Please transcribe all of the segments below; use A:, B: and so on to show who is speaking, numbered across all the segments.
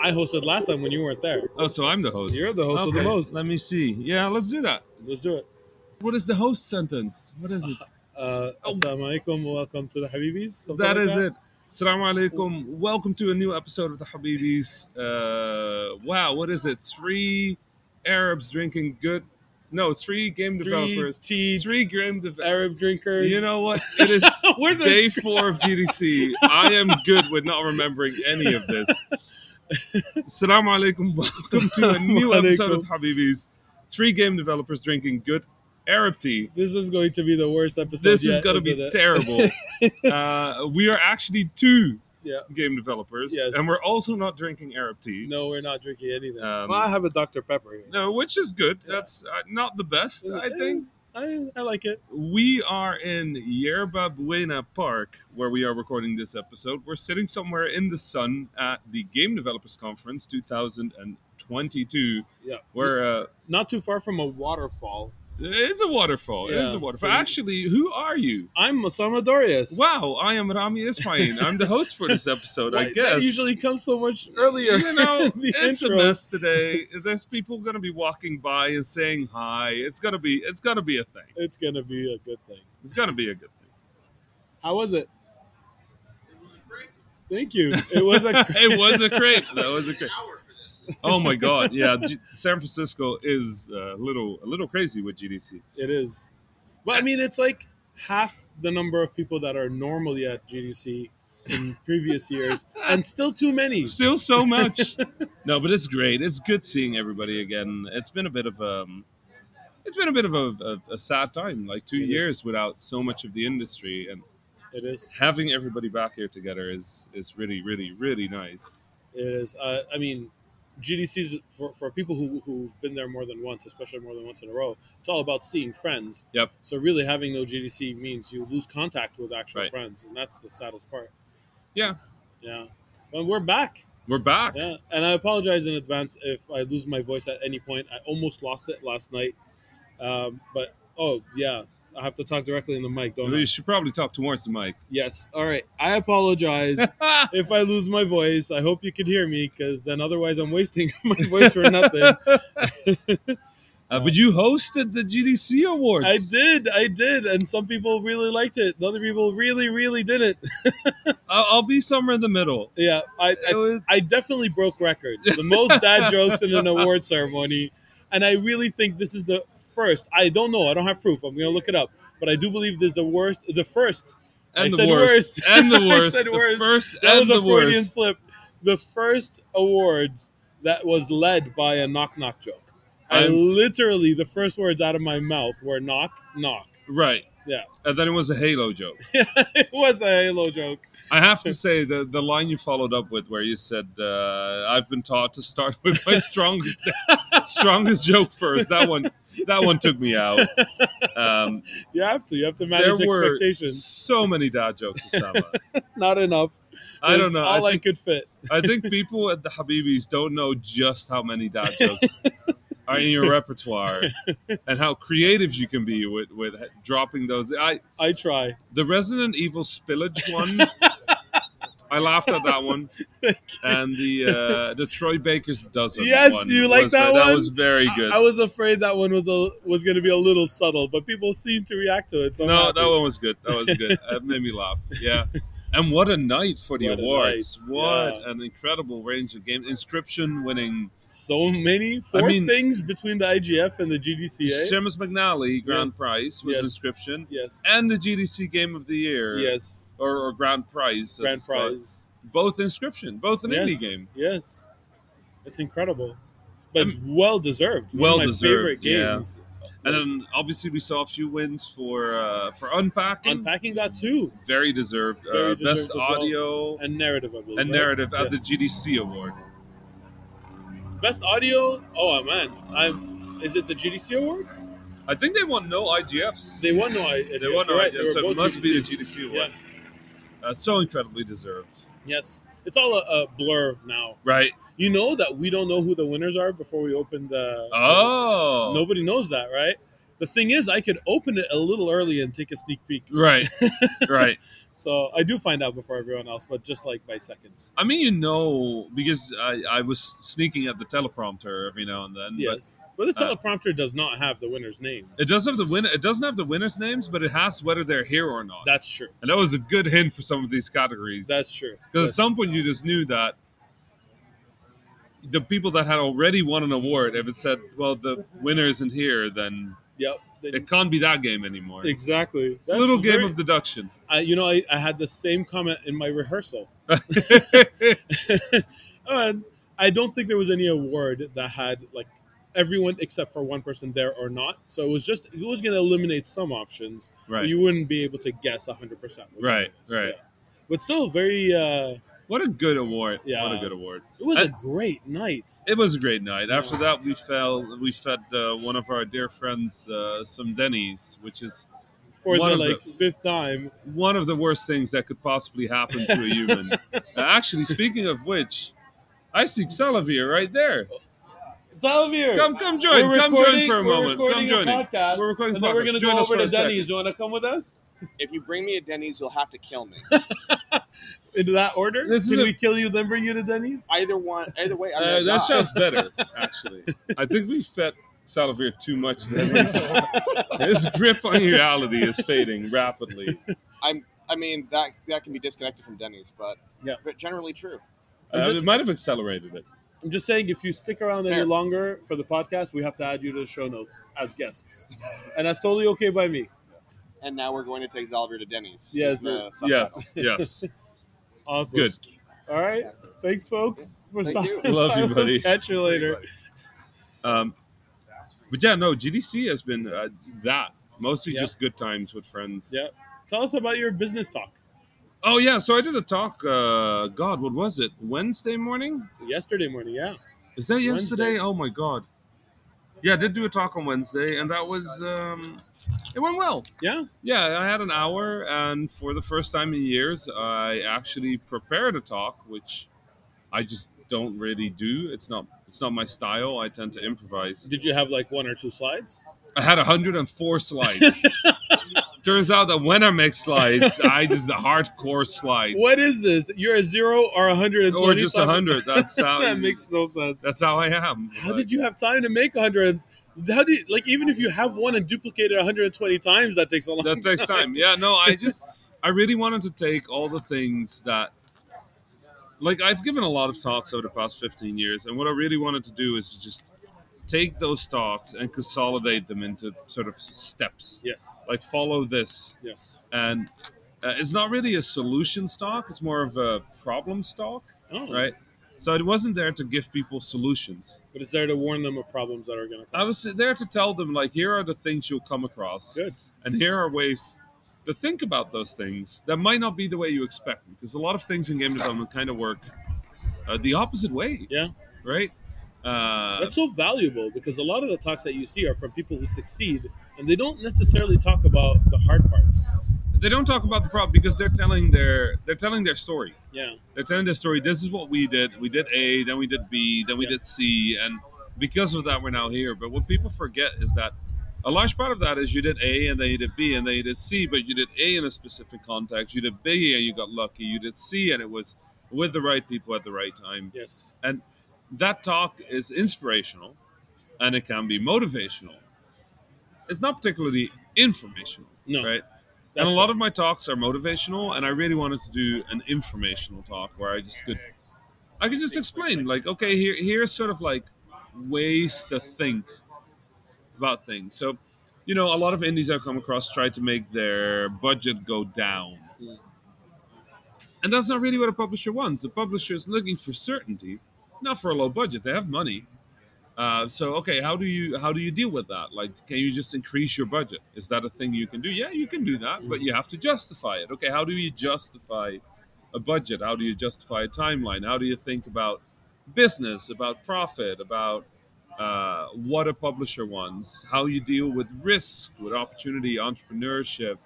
A: I hosted last time when you weren't there.
B: Oh, so I'm the host.
A: You're the host of the
B: Okay,
A: most.
B: Let me see. Yeah, let's do that.
A: Let's do it.
B: What is the host sentence? What is it?
A: Uh,
B: Oh.
A: Assalamu alaikum, welcome to the Habibis. something
B: that
A: like
B: is it. Assalamu alaikum. Welcome to a new episode of the Habibis. Uh, wow, what is it? Three Arabs drinking good. No, three game
A: Three
B: developers.
A: tea
B: Three game developers.
A: Arab drinkers.
B: You know what? It is
A: where's our
B: day
A: script?
B: four of GDC. I am good with not remembering any of this. Assalamu alaikum. Welcome to a new
A: Assalamu
B: episode of Habibis. Three game developers drinking good Arab tea.
A: This is going to be the worst episode.
B: This is
A: yet,
B: going to be
A: isn't it?
B: terrible. uh, we are actually two
A: Yeah.
B: game developers,
A: Yes.
B: and we're also not drinking Arab tea.
A: No, we're not drinking anything.
B: Um,
A: well, I have a Dr Pepper here.
B: No, which is good.
A: Yeah.
B: That's uh, not the best, I think.
A: I, I like it.
B: We are in Yerba Buena Park, where we are recording this episode. We're sitting somewhere in the sun at the Game Developers Conference 2022,
A: Yeah.
B: where uh,
A: Not too far from a waterfall.
B: it is a waterfall. It is
A: Yeah,
B: a waterfall.
A: so-
B: Actually, who are you?
A: I'm Osama Darius.
B: Wow, I am Rami Ismail. I'm the host for this episode,
A: Why-
B: I guess.
A: That usually comes so much earlier.
B: You know,
A: the
B: it's
A: intro.
B: a mess today. There's people going to be walking by and saying hi. It's going to be it's going to be a thing.
A: It's going to be a good thing.
B: It's going to be a good thing.
A: How was it? Thank you. It was a
B: it was a crepe. That was a crepe.
C: hour for this.
B: Oh my god, yeah. G- San Francisco is a little a little crazy with GDC.
A: It is. But I mean, it's like half the number of people that are normally at GDC in previous years, and still too many.
B: Still so much. no, but it's great. It's good seeing everybody again. It's been a bit of um it's been a bit of a, a, a sad time, like two
A: It is.
B: years without so much of the industry, and
A: It is.
B: having everybody back here together is is really, really, really nice.
A: It is. Uh, I mean, GDC's for, for people who, who've been there more than once, especially more than once in a row, it's all about seeing friends.
B: Yep.
A: So, really, having no GDC means you lose contact with actual
B: Right.
A: friends, and that's the saddest part.
B: Yeah.
A: Yeah. But we're back.
B: We're back.
A: Yeah, and I apologize in advance if I lose my voice at any point. I almost lost it last night, um, but oh yeah, I have to talk directly in the mic, don't I?
B: We should probably talk towards the mic. Uh,
A: Yes. All right. I apologize if I lose my voice. I hope you could hear me, because then otherwise I'm wasting my voice for nothing.
B: Uh, but you hosted the GDC awards.
A: I did, I did, and some people really liked it. and Other people really, really didn't.
B: I'll, I'll be somewhere in the middle.
A: Yeah, I,
B: It
A: I,
B: was-
A: I definitely broke records. The most dad jokes in an award ceremony. And I really think this is the first. I don't know. I don't have proof. I'm going to look it up. But I do believe this is the worst, the first.
B: and
A: I
B: the
A: said
B: worst.
A: worst.
B: and the
A: I
B: worst,
A: said
B: the
A: worst.
B: first,
A: That
B: and
A: was
B: the
A: a Freudian
B: worst.
A: slip. The first awards that was led by a knock knock joke. I
B: I'm-
A: literally, the first words out of my mouth were knock knock.
B: Right.
A: Yeah.
B: And then it was a Halo joke.
A: it was a Halo joke.
B: I have to say the the line you followed up with, where you said, uh, "I've been taught to start with my strongest strongest joke first. That one, that one took me out. Um,
A: You have to. You have to
B: there
A: manage
B: were
A: expectations.
B: so many dad jokes, Osama.
A: Not enough.
B: I don't
A: It's
B: know.
A: All
B: I
A: I,
B: think,
A: could fit.
B: I think people at the Habibis don't know just how many dad jokes are in your repertoire and how creative you can be with with dropping those. I
A: I try.
B: The Resident Evil spillage one. I laughed at that one, and the uh, the Troy Baker's dozen.
A: Yes,
B: one
A: you like
B: was-
A: that
B: That
A: one?
B: was very good.
A: I, I was afraid that one was a, was going to be a little subtle, but people seem to react to it. So I'm
B: no,
A: happy.
B: that one was good. That was good. That made me laugh. Yeah, and what a night for the
A: What a
B: awards!
A: night,
B: What
A: yeah.
B: an incredible range of games. Inscription winning.
A: so many four
B: mean-
A: things between the IGF and the GDCA.
B: Seamus McNally grand
A: Yes.
B: prize was
A: Yes.
B: Inscription,
A: yes,
B: and the GDC Game of the Year.
A: yes,
B: Or, or grand prize. as
A: grand
B: it's called.
A: prize.
B: Both inscription, both an
A: yes.
B: indie game.
A: Yes, it's incredible, but
B: Um,
A: well deserved. One of my
B: well-deserved,
A: favorite
B: yeah.
A: games.
B: And then obviously we saw a few wins for uh, for unpacking.
A: Unpacking got two
B: Very deserved. uh,
A: Very deserved
B: best
A: as well.
B: audio and,
A: and narrative, I believe. right?
B: narrative at
A: Yes.
B: the GDC award.
A: best audio. Oh man, I'm. Is it the GDC award?
B: I think they won no IGFs.
A: They won no I.
B: They won no
A: right. They
B: IGFs,
A: were
B: so it
A: both
B: must
A: GDC.
B: be the GDC award. Uh, so incredibly deserved.
A: Yes, it's all a, a blur now.
B: Right.
A: You know that we don't know who the winners are before we open the.
B: Oh.
A: Nobody knows that, right? The thing is, I could open it a little early and take a sneak peek.
B: Right. right.
A: So I do find out before everyone else, but just like by seconds.
B: I mean, you know, because I, I was sneaking at the teleprompter every now and then. but
A: Yes, but, the
B: uh,
A: teleprompter does not have the winner's names.
B: it does have the win. It doesn't have the winners' names, but it has whether they're here or not.
A: That's true.
B: and that was a good hint for some of these categories.
A: That's true.
B: because at
A: That's-
B: some point you just knew that the people that had already won an award, if it said, "Well, the winner isn't here," then
A: yep. they-
B: it can't be that game anymore.
A: Exactly. That's
B: Little game
A: very-
B: of deduction.
A: I, you know, I, I had the same comment in my rehearsal. and I don't think there was any award that had like everyone except for one person there or not. So it was just it was going to eliminate some options. but
B: right.
A: You wouldn't be able to guess hundred percent. which
B: Right,
A: it is,
B: right.
A: yeah. But still, very. Uh,
B: What a good award. What a
A: Yeah.
B: good award.
A: it was
B: I-
A: a great night.
B: It was a great night. After
A: Yeah.
B: that, we fell. We fed uh, one of our dear friends uh, some Denny's, which is
A: for
B: One
A: the
B: of the-
A: like fifth time.
B: one of the worst things that could possibly happen to a human. Uh, Actually, speaking of which, I see Xavier right there.
A: Xavier,
B: Come, come join. Come join for a moment. Come join. in.
A: podcast.
B: We're recording and then we're podcast. gonna
A: to
B: go Join us over for to a second. Denny's.
A: You want to come with us?
C: If you bring me a Denny's, you'll have to kill me.
A: Into that order?
B: This is
A: Can
B: a-
A: we kill you, then bring you to Denny's?
C: Either one, either way, I'm
B: Uh,
C: gonna
B: that
C: die.
B: sounds better, actually. I think we fed Salavir too much. Then his grip on reality is fading rapidly.
C: I mean, that that can be disconnected from Denny's, but
A: Yeah.
C: but generally true.
B: Uh, it might have accelerated it.
A: I'm just saying, if you stick around any
C: Fair.
A: longer for the podcast, we have to add you to the show notes as guests, and that's totally okay by me.
C: And now we're going to take Xavier to Denny's.
A: Yes.
C: is the subtitle.
B: Yes, yes.
A: Awesome.
B: Good.
A: All right. Thanks, folks, for
C: Thank you.
A: stopping.
B: Love you,
A: I will
B: buddy.
A: Catch you later.
B: Um, but yeah, no, GDC has been uh, that mostly
A: Yeah.
B: just good times with friends.
A: Yeah. Tell us about your business talk
B: Oh yeah, so I did a talk. Uh, God, what was it? Wednesday morning?
A: yesterday morning. Yeah.
B: Is that yesterday?
A: Wednesday.
B: Oh my God. Yeah, I did do a talk on Wednesday, and that was um, it went well.
A: Yeah.
B: Yeah, I had an hour, and for the first time in years, I actually prepared a talk, which I just don't really do. It's not it's not my style. I tend to improvise.
A: Did you have like one or two slides?
B: I had 104 slides. Turns out that when I make slides, I just hardcore slides.
A: What is this? You're a zero or a hundred and
B: Or
A: twenty?
B: just 100. That's how
A: that makes no sense.
B: that's how I am.
A: How did you have time to make hundred? How do you like? Even if you have one and duplicate it 120 times, that takes a long.
B: that takes time. Yeah, no, I just I really wanted to take all the things that like I've given a lot of talks over the past 15 years and what I really wanted to do is just take those talks and consolidate them into sort of steps.
A: Yes.
B: Like follow this
A: Yes.
B: and uh, it's not really a solution stock, it's more of a problem stock,
A: Oh.
B: right? So it wasn't there to give people solutions.
A: But it's there to warn them of problems that are going to come.
B: I was there to tell them like here are the things you'll come across.
A: Good.
B: And here are ways to think about those things that might not be the way you expect, because a lot of things in game development kind of work uh, the opposite way.
A: Yeah.
B: Right? Uh,
A: That's so valuable because a lot of the talks that you see are from people who succeed and they don't necessarily talk about the hard parts.
B: they don't talk about the problem because they're telling their they're telling their story.
A: Yeah.
B: They're telling their story. This is what we did. We did A, then we did B, then we
A: Yeah.
B: did C, and because of that, we're now here. But what people forget is that a large part of that is you did A and then you did B and then you did C, but you did A in a specific context. You did B and you got lucky. You did C and it was with the right people at the right time.
A: Yes.
B: that talk is inspirational and it can be motivational. It's not particularly informational,
A: No.
B: right?
A: That's
B: and a lot
A: right.
B: of my talks are motivational, and I really wanted to do an informational talk where I just could, I could just explain, like, okay, here here's sort of like ways to think about things. So, you know, a lot of indies I've come across try to make their budget go down.
C: Yeah.
B: And that's not really what a publisher wants. A publisher is looking for certainty, not for a low budget. They have money. Uh, so okay, how do you how do you deal with that? Like, can you just increase your budget? Is that a thing you can do? Yeah, you can do that, but you have to justify it. Okay, how do you justify a budget? How do you justify a timeline? How do you think about business, about profit, about uh, what a publisher wants, how you deal with risk, with opportunity, entrepreneurship,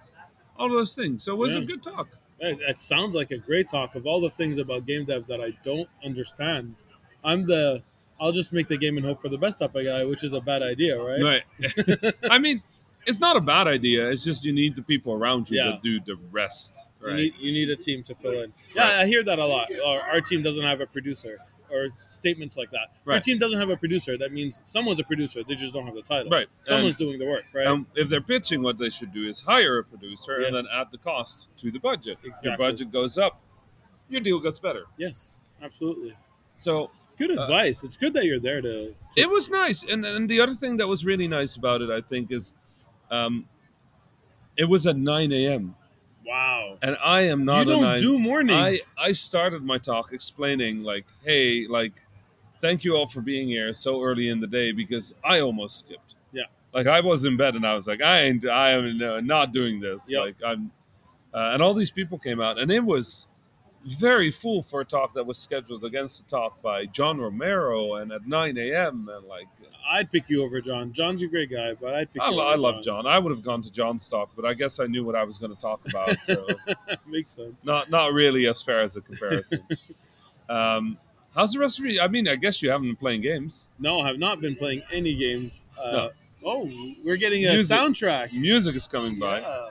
B: all those things. So it was a
A: Yeah.
B: good talk.
A: That, that sounds like a great talk of all the things about game dev that I don't understand. I'm the I'll just make the game and hope for the best type of guy, which is a bad idea, right?
B: Right. I mean, it's not a bad idea. It's just you need the people around you
A: Yeah.
B: that do the rest.
A: You
B: Right.
A: need you need a team to fill in. Yeah, I hear that a lot. Or our team doesn't have a producer, or statements like that. If our
B: Right.
A: team doesn't have a producer, that means someone's a producer. They just don't have the title.
B: Right.
A: Someone's doing the work. Right.
B: Um, if they're pitching, what they should do is hire a producer and then
A: Yes.
B: add the cost to the budget. Your
A: Exactly.
B: budget goes up, your deal gets better.
A: yes. Absolutely.
B: So
A: Good
B: Uh,
A: advice. it's good that you're there to.
B: it was nice. And and the other thing that was really nice about it, I think, is um, it was at 9 a.m.
A: Wow.
B: And I am not
A: you don't
B: a 9
A: do
B: I,
A: mornings.
B: I started my talk explaining like, hey, like, thank you all for being here so early in the day because I almost skipped.
A: Yeah.
B: Like I was in bed and I was like, I ain't, I am uh, not doing this.
A: Yep.
B: Like I'm, uh, and all these people came out and it was very full for a talk that was scheduled against the talk by John Romero and at 9 a.m. and like,
A: I, would pick you over John. John's a great guy, but I'd pick.
B: I,
A: you
B: lo-
A: over
B: I love John. I would have gone to John's talk, but I guess I knew what I was going to talk about. So.
A: Makes sense.
B: not not really as fair as a comparison. um, how's the rest of you? I mean, I guess you haven't been playing games.
A: No, I have not been playing any games. Uh,
B: No.
A: Oh, we're getting a
B: Music.
A: soundtrack.
B: Music is coming by
A: Yeah.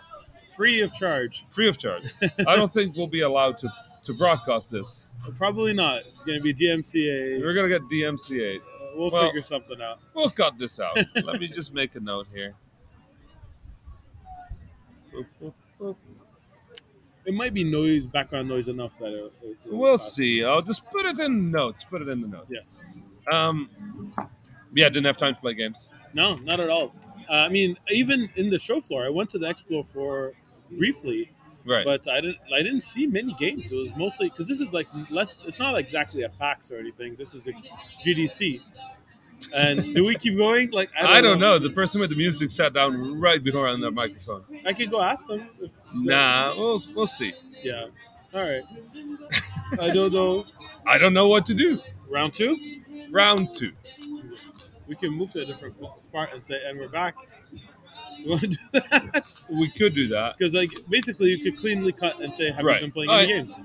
A: Free of charge.
B: free of charge. I don't think we'll be allowed to to broadcast this.
A: Probably not. It's going to be DMCA.
B: We're gonna get DMCA.
A: Uh, We'll,
B: Well-
A: figure something out.
B: We'll cut this out. Let me just make a note here.
A: It might be noise, background noise enough that it, it- it
B: We'll
A: pass.
B: see. I'll just put it in notes. Put it in the notes.
A: Yes.
B: Um, yeah, didn't have time to play games.
A: No, not at all. Uh, I mean, even in the show floor, I went to the expo floor briefly,
B: Right.
A: but I didn't. I didn't see many games. It was mostly because this is like less. It's not exactly a PAX or anything. This is a GDC. And do we keep going? Like
B: I don't, know. The person with the music sat down right behind their microphone.
A: I could go ask them. If
B: Nah, we'll, we'll see.
A: Yeah. All right. I don't know.
B: I don't know what to do.
A: Round two.
B: Round two.
A: We can move to a different spot and say, and we're back. You want to do that?
B: We could do that.
A: Because like basically, you could cleanly cut and say, "Have
B: Right.
A: you been playing
B: All
A: any
B: right.
A: games?"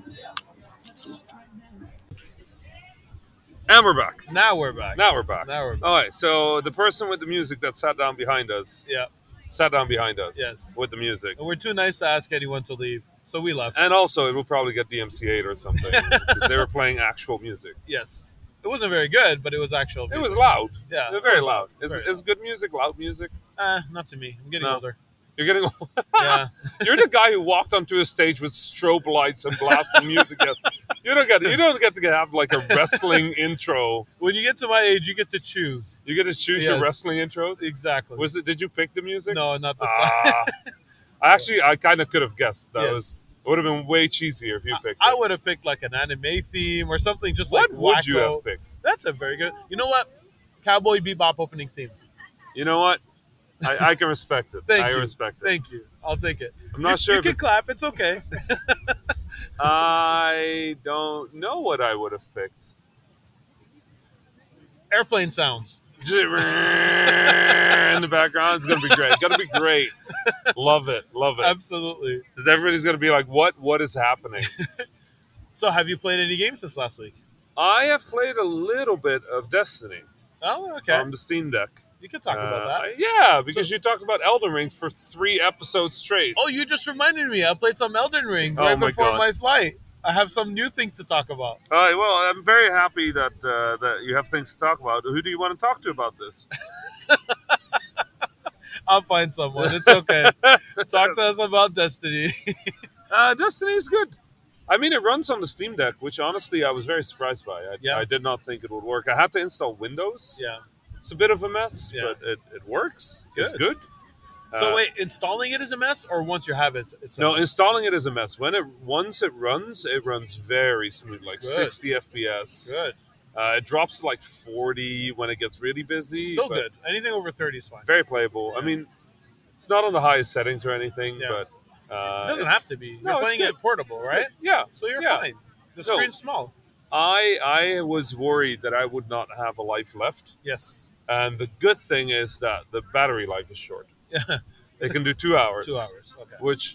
B: And we're back.
A: Now we're back.
B: Now we're back.
A: Now we're back.
B: All right. So the person with the music that sat down behind us
A: Yeah.
B: sat down behind us.
A: Yes.
B: With the music.
A: And we're too nice to ask anyone to leave, so we left.
B: And also, it will probably get DMCA'd or something because they were playing actual music.
A: yes, it wasn't very good, but it was actual.
B: It was loud.
A: yeah,
B: It was very loud. Is,
A: Very
B: is good music loud music?
A: Uh, not to me. I'm getting
B: No.
A: older.
B: You're getting. old.
A: Yeah,
B: You're the guy who walked onto a stage with strobe lights and blasting music. You don't get. You don't get to have like a wrestling intro.
A: when you get to my age, you get to choose.
B: You get to choose your
A: Yes.
B: wrestling intros.
A: Exactly.
B: Was it? Did you pick the music?
A: no, not this time.
B: Ah. I actually, I kind of could have guessed. That
A: Yes.
B: was it would have been way cheesier if you
A: I-
B: picked.
A: I,
B: it.
A: would have picked like an anime theme or something just
B: What
A: like
B: would you
A: wacko.
B: have picked?
A: That's a very good. You know what? Cowboy Bebop opening theme.
B: You know what? I, I can respect it.
A: Thank
B: I
A: you.
B: respect it.
A: Thank you. I'll take it.
B: I'm not
A: You-
B: sure.
A: You
B: if
A: can
B: it-
A: clap. It's okay.
B: I don't know what I would have picked.
A: Airplane sounds.
B: Just in the background, it's gonna be great. Gonna be great. Love it. Love it.
A: Absolutely.
B: Because everybody's gonna be like, "What? What is happening?"
A: So, have you played any games since last week?
B: I have played a little bit of Destiny
A: Oh, okay.
B: on the Steam Deck.
A: you can talk
B: Um, Uh,
A: about that.
B: I- yeah, because you talked about Elden Rings for three episodes straight.
A: Oh, you just reminded me. I played some Elden Ring
B: Oh
A: right
B: my
A: before
B: God.
A: my flight. I have some new things to talk about.
B: All right. Well, I'm very happy that uh, that you have things to talk about. Who do you want to talk to about this?
A: I'll find someone. It's okay. talk to us about Destiny.
B: Uh, Destiny is good. I mean, it runs on the Steam Deck, which honestly I was very surprised by. I,
A: Yeah.
B: I did not think it would work. I had to install Windows.
A: yeah.
B: It's a bit of a mess,
A: Yeah.
B: but it, it works. It's good.
A: Good. So
B: Uh,
A: wait, installing it is a mess, or once you have it, it's a
B: No,
A: mess?
B: installing it is a mess. When it once it runs, it runs very smooth, like
A: Good.
B: 60 FPS.
A: good.
B: Uh, it drops to like 40 when it gets really busy.
A: Still
B: but
A: good. Anything over thirty is fine.
B: Very playable. I mean, it's not on the highest settings or anything,
A: Yeah.
B: but uh,
A: it doesn't
B: it's-
A: have to be. You're
B: no, it's
A: playing
B: good.
A: it portable, right?
B: Yeah,
A: So you're
B: Yeah.
A: fine. The
B: No.
A: screen's small.
B: I I was worried that I would not have a life left,
A: Yes.
B: and the good thing is that the battery life is short.
A: Yeah.
B: It can do two hours.
A: Two hours. Okay.
B: which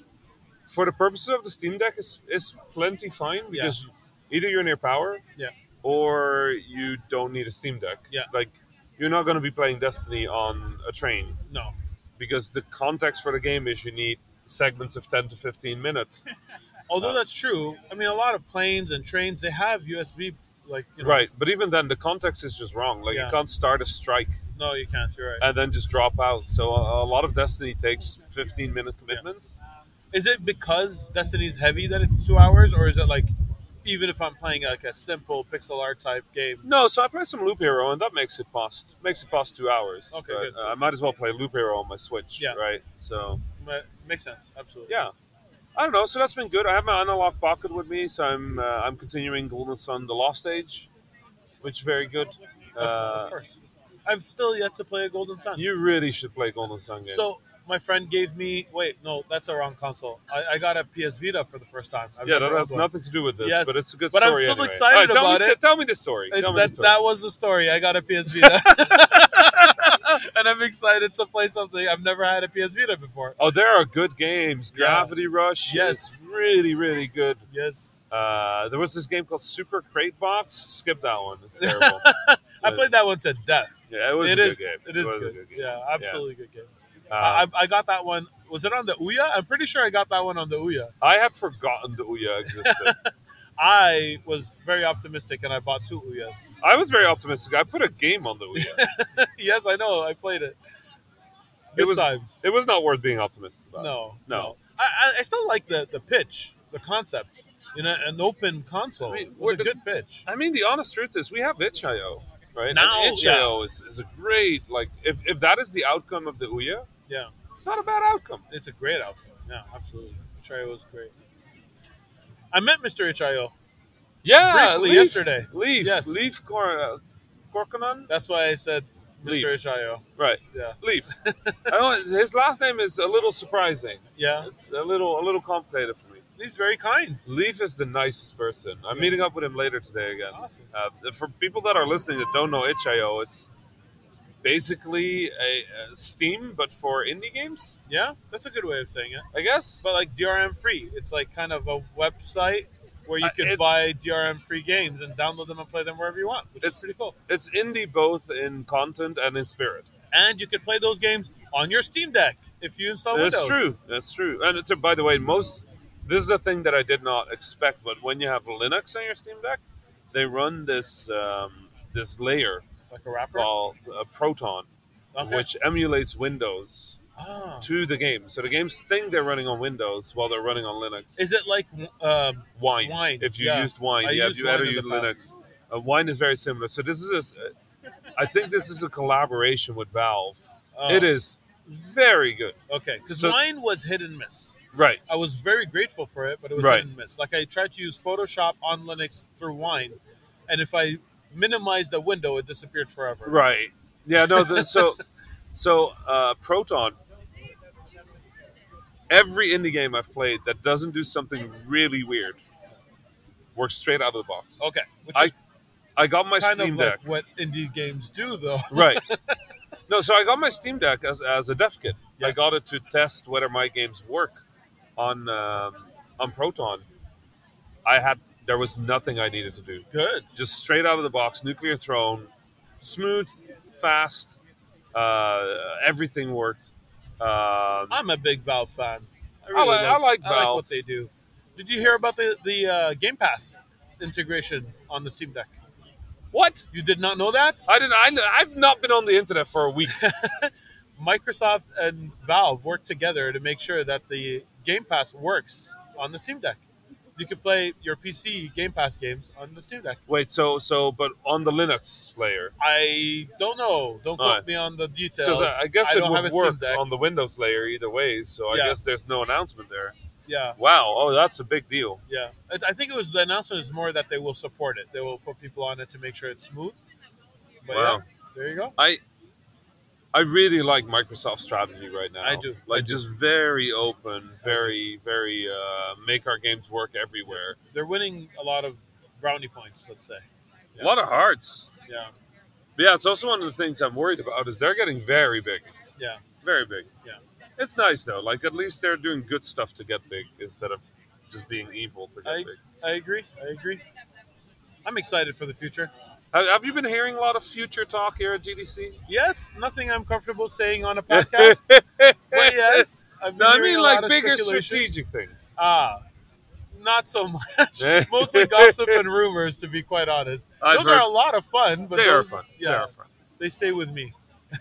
B: for the purposes of the Steam Deck is is plenty fine because either you're near power,
A: Yeah.
B: or you don't need a Steam Deck.
A: Yeah.
B: like you're not going to be playing Destiny on a train
A: No.
B: because the context for the game is you need segments of 10 to 15 minutes
A: Although
B: Uh,
A: that's true, I mean, a lot of planes and trains they have USB. Like you know,
B: Right, but even then, the context is just wrong. Like
A: Yeah.
B: you can't start a strike
A: No, you can't. You're right.
B: and then just drop out. So a, a lot of Destiny takes 15 minute commitments.
A: Is it because Destiny's heavy that it's two hours, or is it like even if I'm playing like a simple pixel art type game?
B: No, so I play some Loop Hero, and that makes it past makes it past two hours.
A: Okay,
B: but,
A: good.
B: uh, I might as well play Loop Hero on my Switch.
A: Yeah.
B: Right. So
A: ma- Makes sense. Absolutely.
B: yeah, I don't know. So that's been good. I have my analog pocket with me, so I'm uh, I'm continuing Golden Sun: The Lost Age, which is very good.
A: Of,
B: Uh,
A: of course. I've still yet to play a Golden Sun.
B: you really should play Golden Sun game.
A: So my friend gave me. Wait, no, that's a wrong console. I, I got a PS Vita for the first time. I've
B: yeah, that
A: never
B: has
A: owned one.
B: nothing to do with this,
A: Yes,
B: but it's a good
A: but I'm
B: story.
A: still
B: anyway.
A: excited
B: Alright, tell me
A: about
B: st-
A: it.
B: tell me the story.
A: It-
B: Tell me the
A: that,
B: story.
A: that was the story. I got a PS Vita, and I'm excited to play something I've never had a PS Vita before.
B: Oh, there are good games.
A: Yeah.
B: Gravity Rush
A: Yes.
B: is really, really good.
A: Yes,
B: Uh, there was this game called Super Crate Box. Skip that one. It's terrible.
A: I played that one to death.
B: Yeah, it was
A: It
B: a
A: is.
B: good game.
A: It is
B: was
A: good.
B: a good game.
A: Yeah, absolutely good game. I,
B: Uh,
A: I got that one. Was it on the Ouya? I'm pretty sure I got that one on the Ouya.
B: I have forgotten the Ouya existed.
A: I was very optimistic and I bought two Ouyas.
B: I was very optimistic. I put a game on the Ouya.
A: yes, I know. I played it. Good
B: was-
A: times.
B: it was not worth being optimistic about.
A: No,
B: No.
A: I, I- I still like the, the pitch, the concept. You know, an open console
B: I mean,
A: It
B: we're
A: was a
B: the-
A: good pitch.
B: I mean, the honest truth is, we have itch.io, right?
A: Now,
B: and itch.io is, is a great like. If, if that is the outcome of the Ouya,
A: Yeah,
B: it's not a bad outcome.
A: it's a great outcome. Yeah, absolutely. Itch.io was great. I met Mr. Itch.io.
B: Yeah,
A: Briefly
B: Leaf-
A: yesterday.
B: Leaf,
A: Yes.
B: Leaf Cor- uh, Corcoran,
A: That's why I said Mr.
B: Leaf.
A: Itch.io.
B: right?
A: Yeah,
B: Leaf. I know his last name is a little surprising.
A: yeah.
B: It's a little a little complicated for me.
A: He's very kind.
B: Leaf is the nicest person. I'm
A: Yeah.
B: meeting up with him later today again.
A: Awesome.
B: Uh, for people that are listening that don't know itch.io, it's basically a, a Steam but for indie games,
A: Yeah, that's a good way of saying it.
B: I guess.
A: But like DRM free, it's like kind of a website where you
B: Uh,
A: can
B: it's-
A: buy DRM free games and download them and play them wherever you want, which is
B: It's-
A: pretty cool.
B: it's indie both in content and in spirit.
A: And you can play those games on your Steam Deck if you install
B: That's
A: Windows.
B: true. That's true. And it's a, by the way, most this is a thing that I did not expect. But when you have Linux on your Steam Deck, they run this um, this layer
A: Like a wrapper.
B: called uh, Proton,
A: Okay.
B: which emulates Windows
A: Ah.
B: to the game. So the games think they're running on Windows while they're running on Linux.
A: Is it like um,
B: Wine,
A: wine,
B: if you
A: yeah.
B: used Wine,
A: I
B: yeah,
A: used
B: if you ever
A: Wine in
B: used
A: the
B: Linux, uh, Wine is very similar. So this is, a s- I think this is a collaboration with Valve.
A: uh,
B: It is very good.
A: okay? Because
B: So-
A: mine was hit and miss.
B: Right.
A: I was very grateful for it, but it was
B: Right.
A: hit and miss. Like I tried to use Photoshop on Linux through Wine, and if I minimized the window, it disappeared forever.
B: Right. Yeah. No. The, so, so uh, Proton. Every indie game I've played that doesn't do something really weird works straight out of the box.
A: Okay, which
B: I-
A: is
B: I got my
A: kind
B: Steam
A: of
B: Deck.
A: like what indie games do, though.
B: right. No, so I got my Steam Deck as, as a dev kit.
A: Yeah.
B: I got it to test whether my games work on um, on Proton. I had there was nothing I needed to do.
A: Good.
B: Just straight out of the box, Nuclear Throne, smooth, fast. Uh, everything worked. Um,
A: I'm a big Valve fan. I,
B: I like- I like
A: I like
B: Valve.
A: what they do. Did you hear about the the uh, Game Pass integration on the Steam Deck?
B: what?
A: You did not know that?
B: I didn't. I, kn- I've not been on the internet for a week.
A: Microsoft and Valve work together to make sure that the Game Pass works on the Steam Deck. You can play your PC Game Pass games on the Steam Deck.
B: Wait. So so, but on the Linux layer,
A: I don't know. Don't quote
B: Alright.
A: me on the details.
B: because I, I guess it
A: don't have a
B: would
A: Steam
B: work
A: Deck.
B: on the Windows layer either way. So I
A: Yeah.
B: guess there's no announcement there.
A: yeah,
B: Wow. Oh, that's a big deal.
A: yeah. I- I think it was the announcement is more that they will support it. They will put people on it to make sure it's smooth. But
B: Wow.
A: yeah, there you go.
B: I really like Microsoft's strategy right now.
A: I do.
B: Like
A: I do.
B: just very open, very, very uh, make our games work everywhere.
A: They're winning a lot of brownie points. Let's say.
B: A
A: Yeah.
B: lot of hearts.
A: Yeah,
B: But yeah, it's also one of the things I'm worried about is they're getting very big.
A: yeah.
B: Very big.
A: Yeah.
B: It's nice though. Like at least they're doing good stuff to get big instead of just being evil to get
A: I-
B: big.
A: I agree. I agree. I'm excited for the future.
B: Have, have you been hearing a lot of future talk here at GDC?
A: Yes, nothing I'm comfortable saying on a podcast. but yes, I've been
B: no, I
A: hearing
B: mean
A: a lot
B: like
A: of
B: bigger
A: speculation.
B: strategic things.
A: Ah, not so much. Mostly gossip and rumors, to be quite honest.
B: I've
A: those
B: heard-
A: are a lot of fun, but
B: they
A: those,
B: are fun.
A: Yeah,
B: They are fun.
A: they stay with me.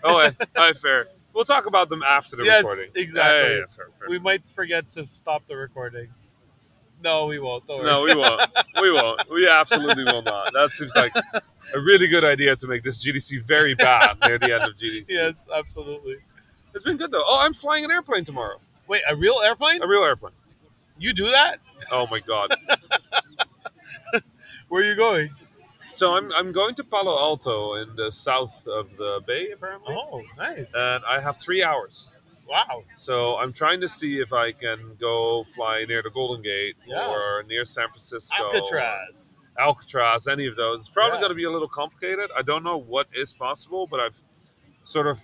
B: Oh, eh, eh, fair. We'll talk about them after the
A: Yes,
B: recording.
A: exactly.
B: Yeah, yeah, yeah, fair, fair.
A: We might forget to stop the recording. No, we won't. Don't worry.
B: No, we won't. We won't. We absolutely will not. That seems like a really good idea to make this GDC very bad near the end of GDC.
A: yes, absolutely.
B: It's been good though. Oh, I'm flying an airplane tomorrow.
A: Wait, a real airplane?
B: A real airplane.
A: You do that?
B: Oh my god.
A: Where are you going?
B: So I'm I'm going to Palo Alto in the south of the bay apparently.
A: Oh, nice.
B: And I have three hours.
A: wow.
B: So I'm trying to see if I can go fly near the Golden Gate
A: Yeah.
B: or near San Francisco.
A: Alcatraz.
B: Alcatraz, any of those. It's probably
A: Yeah.
B: going to be a little complicated. I don't know what is possible, but I've sort of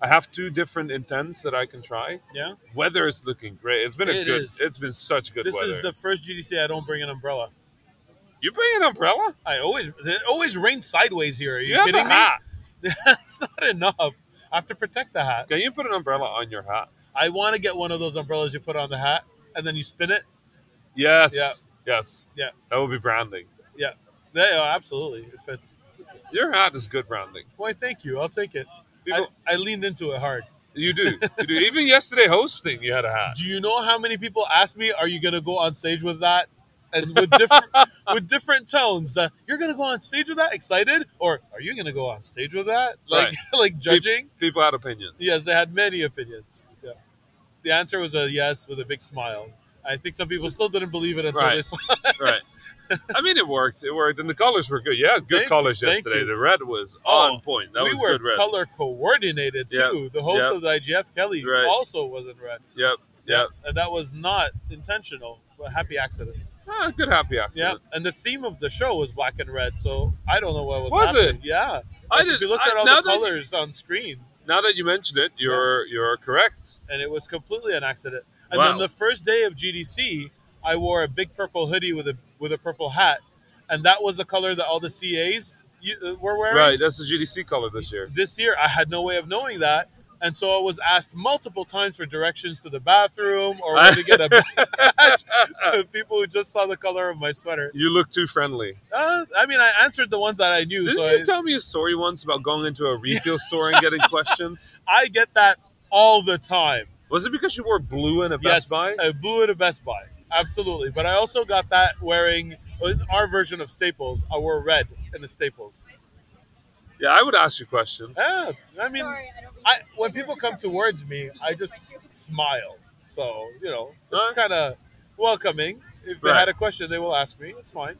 B: I have two different intents that I can try.
A: Yeah.
B: Weather is looking great. It's been a
A: It
B: good.
A: is.
B: It's been such good
A: This
B: weather.
A: is the first GDC I don't bring an umbrella.
B: you bring an umbrella?
A: I always it always rains sideways here. Are you,
B: You have a
A: kidding me?
B: hat.
A: That's not enough. I have to protect the hat.
B: Can you put an umbrella on your hat?
A: I want to get one of those umbrellas you put on the hat and then you spin it.
B: Yes.
A: Yeah.
B: Yes.
A: Yeah.
B: That would be branding.
A: Yeah, yeah, absolutely. It fits.
B: Your hat is good branding.
A: Why, thank you. I'll take it. I,
B: People,
A: I leaned into it hard.
B: you do. You do. Even yesterday hosting, you had a hat.
A: Do you know how many people asked me, "Are you gonna go on stage with that?" And with different with different tones, that you're gonna go on stage with that, excited, or are you gonna go on stage with that? Like like judging.
B: People had opinions.
A: Yes, they had many opinions. Yeah. The answer was a yes with a big smile. I think some people still didn't believe it until
B: Right.
A: they saw.
B: right. I mean, it worked. It worked, and the colors were good. Yeah, good
A: Thank-
B: colors
A: thank
B: yesterday.
A: you.
B: The red was
A: Oh,
B: on point. That
A: we
B: was
A: were
B: good red.
A: color coordinated
B: Yeah.
A: too. The host
B: Yeah.
A: of the IGF Kelly
B: Right.
A: also wasn't red.
B: yep. Yep.
A: and that was not intentional. But happy accident.
B: Ah, good happy
A: Yeah,
B: accident.
A: and the theme of the show was black and red, so I don't know what was.
B: Was
A: happening. Yeah,
B: I
A: Like,
B: did.
A: if you look at
B: I-
A: all
B: now
A: the
B: that you-
A: colors on screen,
B: Now that you mention it, you're you're correct.
A: and it was completely an accident. And
B: Wow.
A: then the first day of GDC, I wore a big purple hoodie with a with a purple hat, and that was the color that all the CAs you- uh, were wearing.
B: Right. That's the GDC color this year.
A: This year, I had no way of knowing that. And so I was asked multiple times for directions to the bathroom or where to get a badge. People who just saw the color of my sweater.
B: You look too friendly.
A: Uh, I mean, I answered the ones that I knew.
B: Didn't
A: so
B: you
A: I,
B: tell me a story once about going into a retail store and getting questions?
A: I get that all the time.
B: Was it because you wore blue in a
A: yes,
B: Best Buy?
A: I blew at a Best Buy. Absolutely. But I also got that wearing in our version of Staples. I wore red in the Staples.
B: yeah, I would ask you questions.
A: Yeah, I mean,
D: Sorry, I don't mean-
A: I when people come towards me, I just smile. So you know, it's kind of welcoming. If they
B: Right.
A: had a question, they will ask me. It's fine.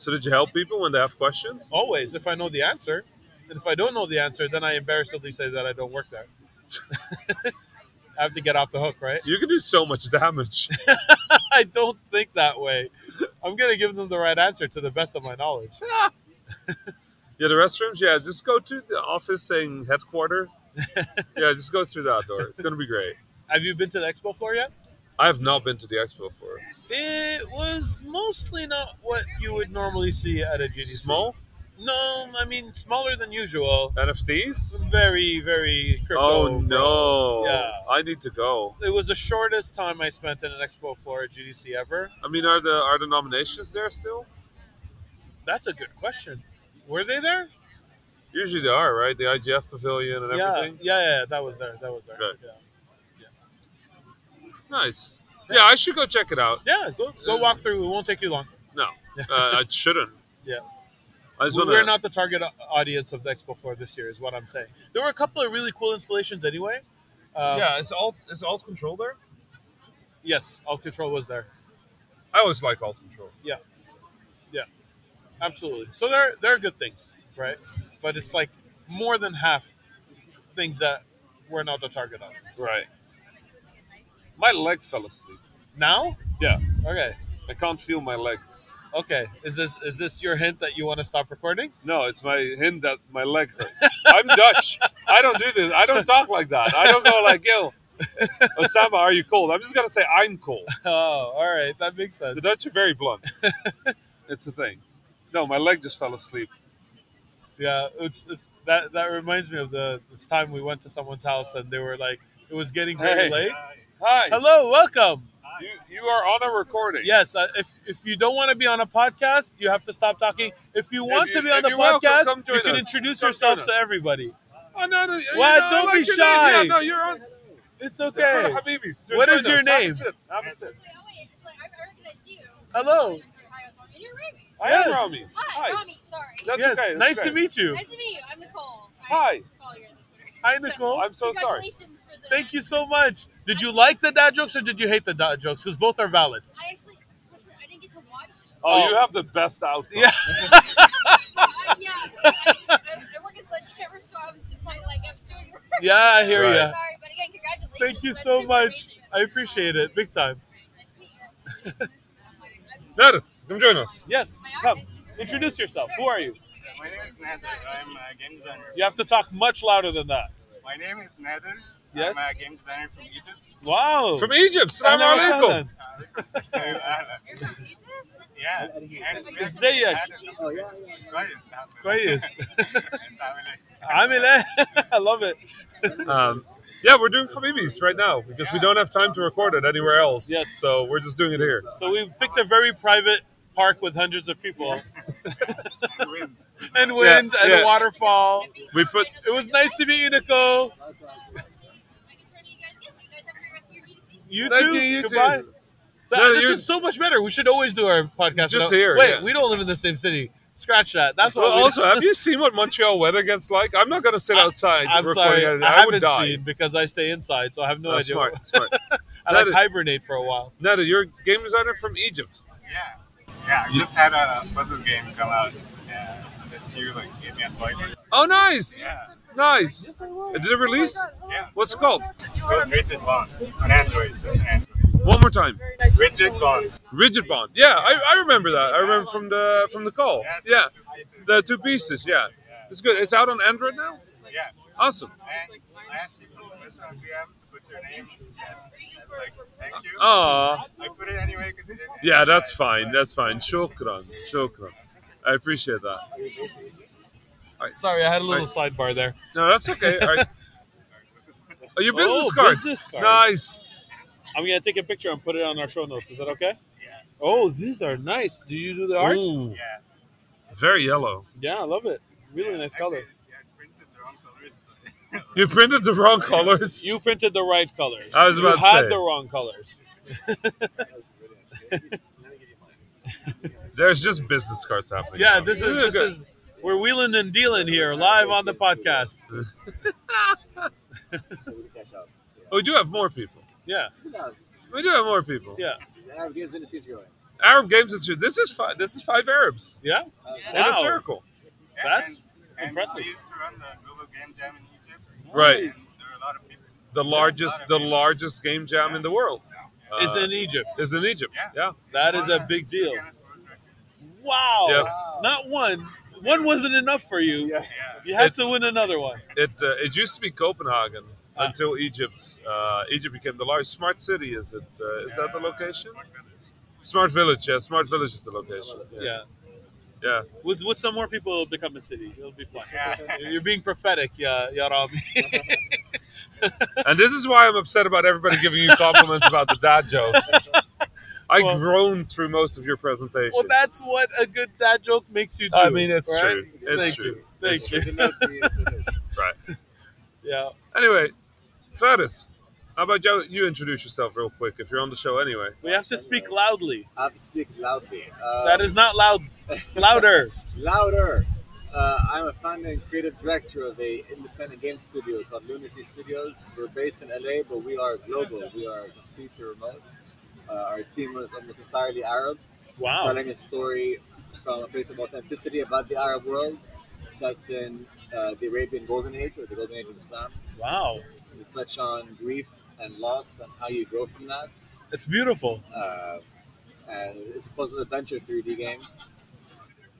B: So did you help people when they have questions?
A: Always, if I know the answer, and if I don't know the answer, then I embarrassedly say that I don't work there. I have to get off the hook, right?
B: You can do so much damage.
A: I don't think that way. I'm gonna give them the right answer to the best of my knowledge.
B: Yeah, the restrooms. Yeah, just go to the office saying headquarter. yeah, just go through that door. It's gonna be great.
A: Have you been to the expo floor yet?
B: I have not been to the expo before.
A: It was mostly not what you would normally see at a GDC.
B: Small
A: No, I mean smaller than usual.
B: NFTs.
A: Very, very crypto.
B: Oh no!
A: Yeah.
B: I need to go.
A: It was the shortest time I spent in an expo floor at GDC ever.
B: I mean, are the are the nominations there still?
A: That's a good question. Were they there?
B: Usually they are, right? The IGF pavilion and
A: yeah,
B: everything.
A: yeah, yeah, that was there. That was there.
B: Good.
A: Yeah.
B: Nice. Yeah, I should go check it out.
A: Yeah, go go walk through. It won't take you long.
B: No, uh, I shouldn't.
A: Yeah.
B: I just want
A: We're
B: to.
A: not the target au- audience of the expo floor this year, is what I'm saying. There were a couple of really cool installations anyway. Um,
B: yeah, is alt is alt control there?
A: Yes, all control was there.
B: I always like alt control.
A: Absolutely. So they're they're good things, right? But it's like more than half things that we're not the target of.
B: Right. My leg fell asleep.
A: Now?
B: Yeah.
A: Okay.
B: I can't feel my legs.
A: Okay. Is this is this your hint that you want to stop recording?
B: No, it's my hint that my leg hurt. I'm Dutch. I don't do this. I don't talk like that. I don't go like, yo, Osama, are you cold? I'm just going to say, I'm cold.
A: Oh, all right. That makes sense.
B: The Dutch are very blunt. It's a thing. No, my leg just fell asleep.
A: Yeah, it's, it's that that reminds me of the this time we went to someone's house and they were like it was getting
B: Hey.
A: very late.
B: Hi.
A: Hello, welcome.
B: You, you are on a recording.
A: Yes, uh, if, if you don't want to be on a podcast, you have to stop talking. If you want
B: you-
A: to be on
B: if
A: the
B: you're welcome,
A: podcast,
B: come
A: you
B: join
A: can
B: us.
A: introduce
B: Come
A: yourself
B: join
A: to
B: us.
A: everybody.
B: Oh, no, no, you
A: What?
B: know, I
A: Don't
B: like
A: be
B: your
A: shy.
B: name. Yeah, no, you're on.
A: It's
B: It's for
A: okay.
B: the Habibis.
A: What is
B: Join
A: your
B: us.
A: name?
B: Have a sit. Have a sit.
D: Like, oh wait, it's like, I I recognize you.
A: Hello.
D: And you're Rami.
B: I
A: Yes.
B: am Rami.
D: Hi,
B: Hi.
D: Rami, sorry.
B: That's
A: yes,
B: okay. that's
A: nice
B: okay.
A: to meet you.
D: nice to meet you. I'm Nicole. I
B: Hi.
D: Follow you on Twitter.
A: Hi,
D: So,
A: Nicole.
B: I'm so sorry.
D: Congratulations for the.
A: Thank you so much. Did you like the dad jokes or did you hate the dad jokes? Because both are valid.
D: I actually, unfortunately, I didn't get to watch. so
B: Oh,
A: Oh.
B: you have the best outfit.
A: Yeah.
D: I, yeah, I, I, I work as sledgehammer, so I was just kind of like I was doing work.
A: Yeah, I hear
B: Right.
A: ya.
D: Sorry, but again, congratulations.
A: Thank you
D: That's
A: so
D: super
A: much.
D: amazing.
A: I appreciate it big time.
D: Nice to meet you. My
B: Nader, come join us.
A: Yes,
D: art
A: come.
D: and either way.
A: Introduce yourself.
D: Very
A: Who are
D: nice
A: you?
D: to meet guys.
E: My name is Nader. I'm uh, a game designer.
A: You have to talk much louder than that.
E: My name is Nader.
A: Yes.
E: I'm a game designer from Egypt.
A: Wow.
B: From Egypt. Salam
A: Ahlan wa
B: alaikum.
A: sahlan.
E: Hello, Ahlan.
D: You're from Egypt?
E: uh, yeah. And we-
A: إزيك؟
E: Ahlan. كويس الحمد لله.
A: كويس.
E: انت عامل
A: عامل
E: ايه؟
A: إيه؟ I love it.
B: Um, yeah, we're doing Habibis right now because we don't have time to record it anywhere else.
A: Yes.
B: So we're just doing it here.
A: So we picked a very private park with hundreds of people
E: And wind.
A: and wind
B: Yeah,
A: and
B: yeah.
A: a waterfall.
B: We put-
A: It was nice to meet you, Nicole. You
B: Thank
A: too.
B: you, you too.
A: Goodbye. So,
B: No,
A: this
B: you-
A: is so much better. We should always do our podcast.
B: Just
A: without-
B: here,
A: Wait,
B: yeah.
A: we don't live in the same city. Scratch that. That's what.
B: Well,
A: we
B: also, have you seen what Montreal weather gets like? I'm not going to sit
A: I-
B: outside
A: I'm
B: recording it.
A: sorry, I,
B: I, would
A: haven't
B: die.
A: seen because I stay inside, so I have no
B: Oh,
A: idea.
B: smart, smart.
A: I like
B: That is-
A: hibernate for a while.
B: Nada, you're a game designer from Egypt.
E: Yeah. Yeah, I just had a puzzle game come out. Yeah. That you like gave me advice.
B: Oh, nice,
E: Yeah.
B: nice. Did it
A: Oh
B: release?
E: Yeah.
B: What's it called?
E: It's called Rigid Bond on Android. Just an Android.
B: One more time.
E: Rigid Bond.
B: Rigid Bond. Yeah, I, I remember that. I remember from the from the call.
E: Yeah. so
B: Yeah,
E: two pieces.
B: the two pieces. Yeah,
E: Yeah.
B: it's good. It's out on Android now.
E: Yeah.
B: Awesome.
E: And I asked you for permission on behalf to put your name as, as like, thank you.
B: Aw.
E: I put it anyway because it didn't.
B: Yeah, that's
E: Yeah.
B: fine. That's fine. Shukran. Shukran. I appreciate that.
A: Sorry, I had a little
B: Right.
A: sidebar there.
B: No, that's okay. All right. Oh, your business
A: Oh,
B: cards.
A: business cards.
B: Nice.
A: I'm gonna take a picture and put it on our show notes. Is that okay? Oh, these are nice. Do you do the art?
B: Ooh,
E: Yeah.
B: very yellow.
A: Yeah, I love it. Really nice color.
E: Actually, yeah, I printed the wrong colors.
B: You printed the wrong colors.
A: You printed the right colors.
B: I was about
A: you
B: to
A: had
B: say.
A: the wrong colors.
B: There's just business cards happening.
E: uh,
A: Yeah, this is
B: This
A: this
B: is good.
A: is we're wheeling and dealing here live on the podcast.
B: Oh, we do have more people.
A: Yeah,
B: We do have more people.
A: yeah,
B: Arab games and shit. This is five. This is five Arabs
A: yeah.
B: in a
A: Wow.
B: circle.
E: Yeah,
A: That's
E: and,
A: impressive.
E: And we used to run the Global Game Jam in Egypt.
B: Right.
E: And there were a lot of people.
B: The largest, the largest game jam in the world uh,
A: Is in Egypt.
B: is in Egypt.
E: Yeah.
B: Yeah.
A: That is a big deal. Wow.
B: Yeah.
A: Not one. One wasn't enough for you.
E: Yeah.
A: You had
B: It-
A: to win another one.
B: It uh, it used to be Copenhagen
A: Ah.
B: until Egypt. Uh, Egypt became the largest smart city. Is it? Uh, is that the location? Smart Village. Yeah, Smart Village is the location.
A: Yeah.
B: Yeah.
A: With, with some more people, it'll become a city. It'll be fun.
E: Yeah.
A: You're being prophetic, yeah, ya Rami.
B: and this is why I'm upset about everybody giving you compliments about the dad jokes. I
A: Well-
B: groaned through most of your presentation.
A: well, that's what a good dad joke makes you do.
B: I mean, it's
A: right?
B: true. It's
A: Thank
B: true.
A: you. Thank
B: It's
A: you.
B: true. Right.
A: Yeah.
B: Anyway, Ferris, how about you, you introduce yourself real quick if you're on the show anyway?
A: We have to speak loudly.
F: I have to speak loudly. Uh,
A: That is not loud. Louder.
F: louder. Uh, I'm a founder and creative director of a independent game studio called Lunacy Studios. We're based in LA, but we are global. We are completely remote. Uh, our team is almost entirely Arab,
A: Wow.
F: telling a story from a place of authenticity about the Arab world, set in uh, the Arabian Golden Age or the Golden Age of Islam.
A: Wow.
F: We touch on grief and loss and how you grow from that.
A: It's beautiful.
F: uh, and it's a puzzle adventure 3D game.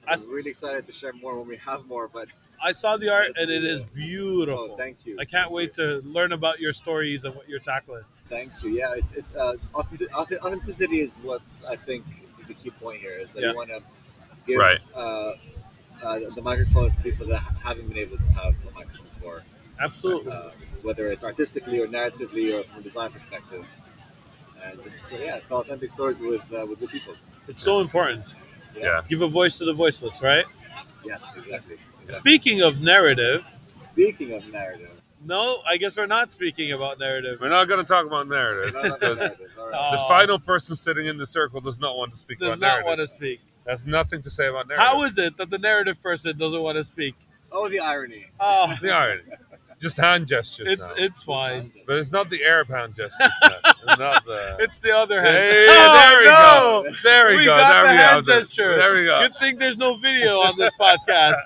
A: I
F: I'm
A: s-
F: really excited to share more when we have more, but
A: I saw the art
F: Yes,
A: and it
F: yeah.
A: is
F: oh,
A: beautiful.
F: thank you.
A: I can't wait to learn about your stories and what you're tackling.
F: Thank you. Yeah, it's, it's uh, authentic- auth- authenticity is what I think the key point here is that
A: Yeah.
F: you want to give
B: Right.
F: uh, uh, the microphone to people that ha- haven't been able to have a microphone before,
A: Absolutely.
F: uh, whether it's artistically or narratively or from a design perspective. and just yeah, tell authentic stories with uh, with the people.
A: It's so important.
B: Yeah.
A: Give a voice to the voiceless, right?
F: Yes, exactly.
A: Speaking of narrative,
F: Speaking of narrative,
A: no, I guess we're not speaking about narrative.
B: We're not going to talk about narrative
F: no, no, no,
B: because
F: narrative, all right.
B: the
A: Oh.
B: final person sitting in the circle does not want to speak
A: Does
B: about
A: not
B: narrative.
A: want to speak.
B: That's nothing to say about narrative.
A: How is it that the narrative person doesn't want to speak?
F: oh, the irony.
A: Oh,
B: the irony? Just hand gestures
A: it's
B: now.
A: it's fine.
B: but it's not the Arab hand gestures. now. It's not the.
A: It's the other hand.
B: Hey,
A: Oh,
B: there we
A: no!
B: go. There we,
A: we
B: go.
A: got
B: there
A: the
B: we
A: hand
B: go.
A: gesture.
B: There we go.
A: Good thing there's no video on this podcast.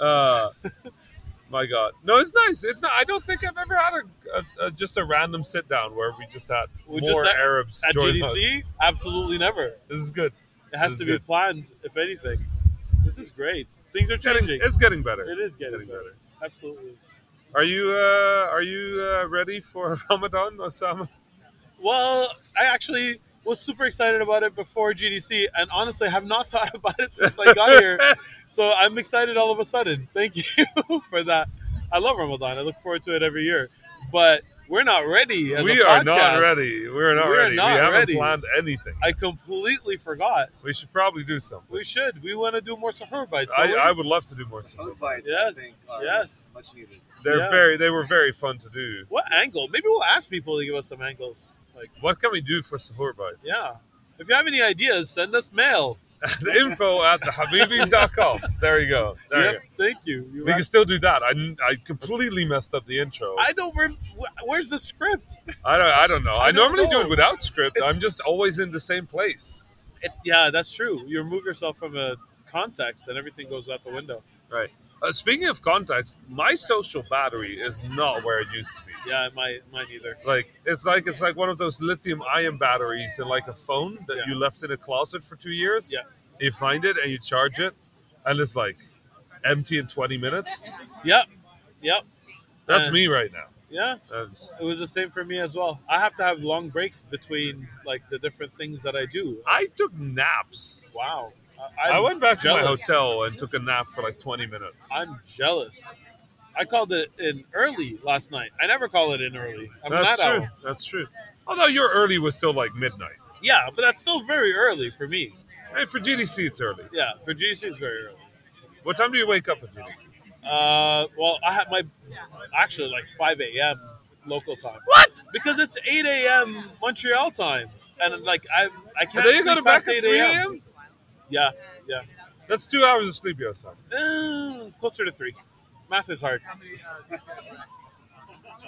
B: Uh, my God. No, it's nice. It's not. I don't think I've ever had a, a, a just a random sit down where we just had
A: We just
B: more
A: had-
B: Arabs
A: At
B: join us.
A: GDC, absolutely never.
B: This is good.
A: It has
B: This
A: to
B: is
A: be
B: good.
A: planned, if anything. This is great. Things are
B: It's getting,
A: changing.
B: it's getting better.
A: It is getting
B: Getting
A: better. Absolutely.
B: Are you uh, are you uh, ready for Ramadan, Osama?
A: Well, I actually was super excited about it before GDC, and honestly, have not thought about it since I got here. So I'm excited all of a sudden. Thank you for that. I love Ramadan. I look forward to it every year, but we're not ready. As a
B: we are not
A: podcast.
B: ready. We're not
A: We're
B: ready.
A: not
B: we haven't
A: ready.
B: planned anything.
A: I completely forgot.
B: We should probably do something.
A: We should. We want to do more Sahur bites.
B: I,
A: don't we?
B: I would love to do more.
F: Sound
B: Something.
F: bites, I
A: Yes,
F: think, are
A: yes.
F: much needed.
B: They're
A: Yeah.
B: very they were very fun to do.
A: what angle? Maybe we'll ask people to give us some angles. Like,
B: What can we do for Sahur bites?
A: yeah. If you have any ideas, send us mail.
B: the info at thehabibis.com. There you go. There
A: Yep,
B: you go.
A: Thank you. You
B: We can
A: asked-
B: still do that. I, I completely messed up the intro. I,
A: I don't. Rem- wh- where's the script?
B: don't I don't know. I,
A: I don't
B: normally do
A: know.
B: it without script. I'm just always in the same place.
A: It, yeah, that's true. You remove yourself from a context, and everything goes out the window.
B: Uh, speaking of contacts, my social battery is not where it used to be.
A: Yeah, mine, mine either.
B: Like it's like it's like one of those lithium ion batteries in like a phone that
A: Yeah.
B: you left in a closet for two years.
A: Yeah.
B: You find it and you charge it, and it's like empty in 20 minutes.
A: Yep, yep,
B: That's
A: Yeah.
B: me right now.
A: yeah.
B: That's-
A: It was the same for me as well. I have to have long breaks between like the different things that I do.
B: I took naps.
A: Wow,
B: i
A: I'm
B: went back to my
A: jealous.
B: hotel and took a nap for like 20 minutes.
A: I'm jealous. I called it in early last night. I never call it in early. I'm
B: That's
A: not
B: true. That's true. Although your early was still like midnight.
A: Yeah, but that's still very early for me.
B: Hey, for GDC, it's early.
A: Yeah, for GC it's very early.
B: What time do you wake up at GDC?
A: Uh, well, I had my actually like 5 a.m. local time. What? Because it's 8 a.m. Montreal time, and like I I
B: Are
A: can't
B: they
A: sleep
B: going back
A: past
B: at
A: 8
B: 3
A: a.m.
B: a.m.?
A: Yeah, yeah,
B: That's two hours of sleep, you son.
A: Uh, closer to three. Math is hard.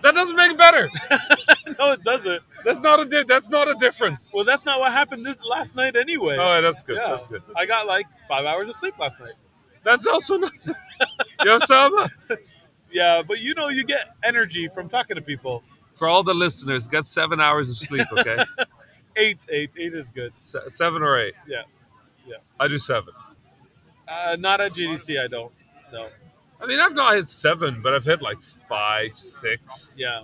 B: That doesn't make it better.
A: no, it doesn't.
B: That's not a di- that's not a difference.
A: Well, that's not what happened this, last night anyway.
B: Oh, yeah, that's good.
A: Yeah.
B: That's good.
A: I got like five hours of sleep last night.
B: That's also not. Yosama.
A: Yeah, but you know, you get energy from talking to people.
B: For all the listeners, get seven hours of sleep, okay?
A: Eight, eight, eight is good.
B: Se- seven or eight.
A: Yeah. Yeah.
B: I do seven.
A: Uh, not at GDC, I don't. No.
B: I mean, I've not hit seven, but I've hit like five, six.
A: Yeah.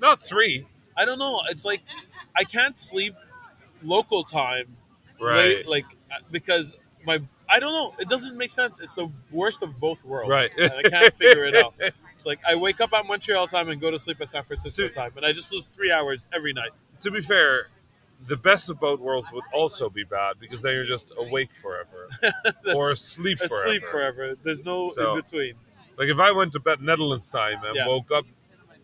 B: Not three.
A: I don't know. It's like I can't sleep local time,
B: Right.
A: late, like uh, because my I don't know. It doesn't make sense. It's the worst of both worlds.
B: Right.
A: and I can't figure it out. It's like I wake up at Montreal time and go to sleep at San Francisco
B: Dude.
A: time, and I just lose three hours every night.
B: to be fair, the best of both worlds would also be bad because then you're just awake forever or asleep
A: I
B: forever.
A: sleep forever. There's no
B: So-
A: in between.
B: Like if I went to bed Netherlands time and
A: Yeah.
B: woke up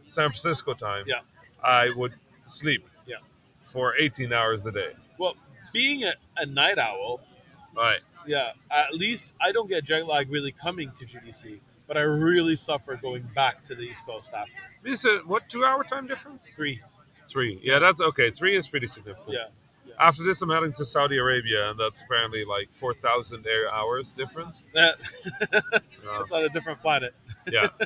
B: San Francisco time,
A: Yeah.
B: I would sleep
A: Yeah.
B: for 18 hours a day.
A: Well, being a, a night owl,
B: All right.
A: yeah. At least I don't get jet lag really coming to GDC, but I really suffer going back to the East Coast after
B: This is what two hour time difference?
A: three.
B: Three. Yeah, that's okay. Three is pretty significant.
A: Yeah. yeah.
B: After this, I'm heading to Saudi Arabia, and that's apparently like 4,000 air hours difference.
A: That-
B: Uh,
A: it's on a different planet.
B: yeah.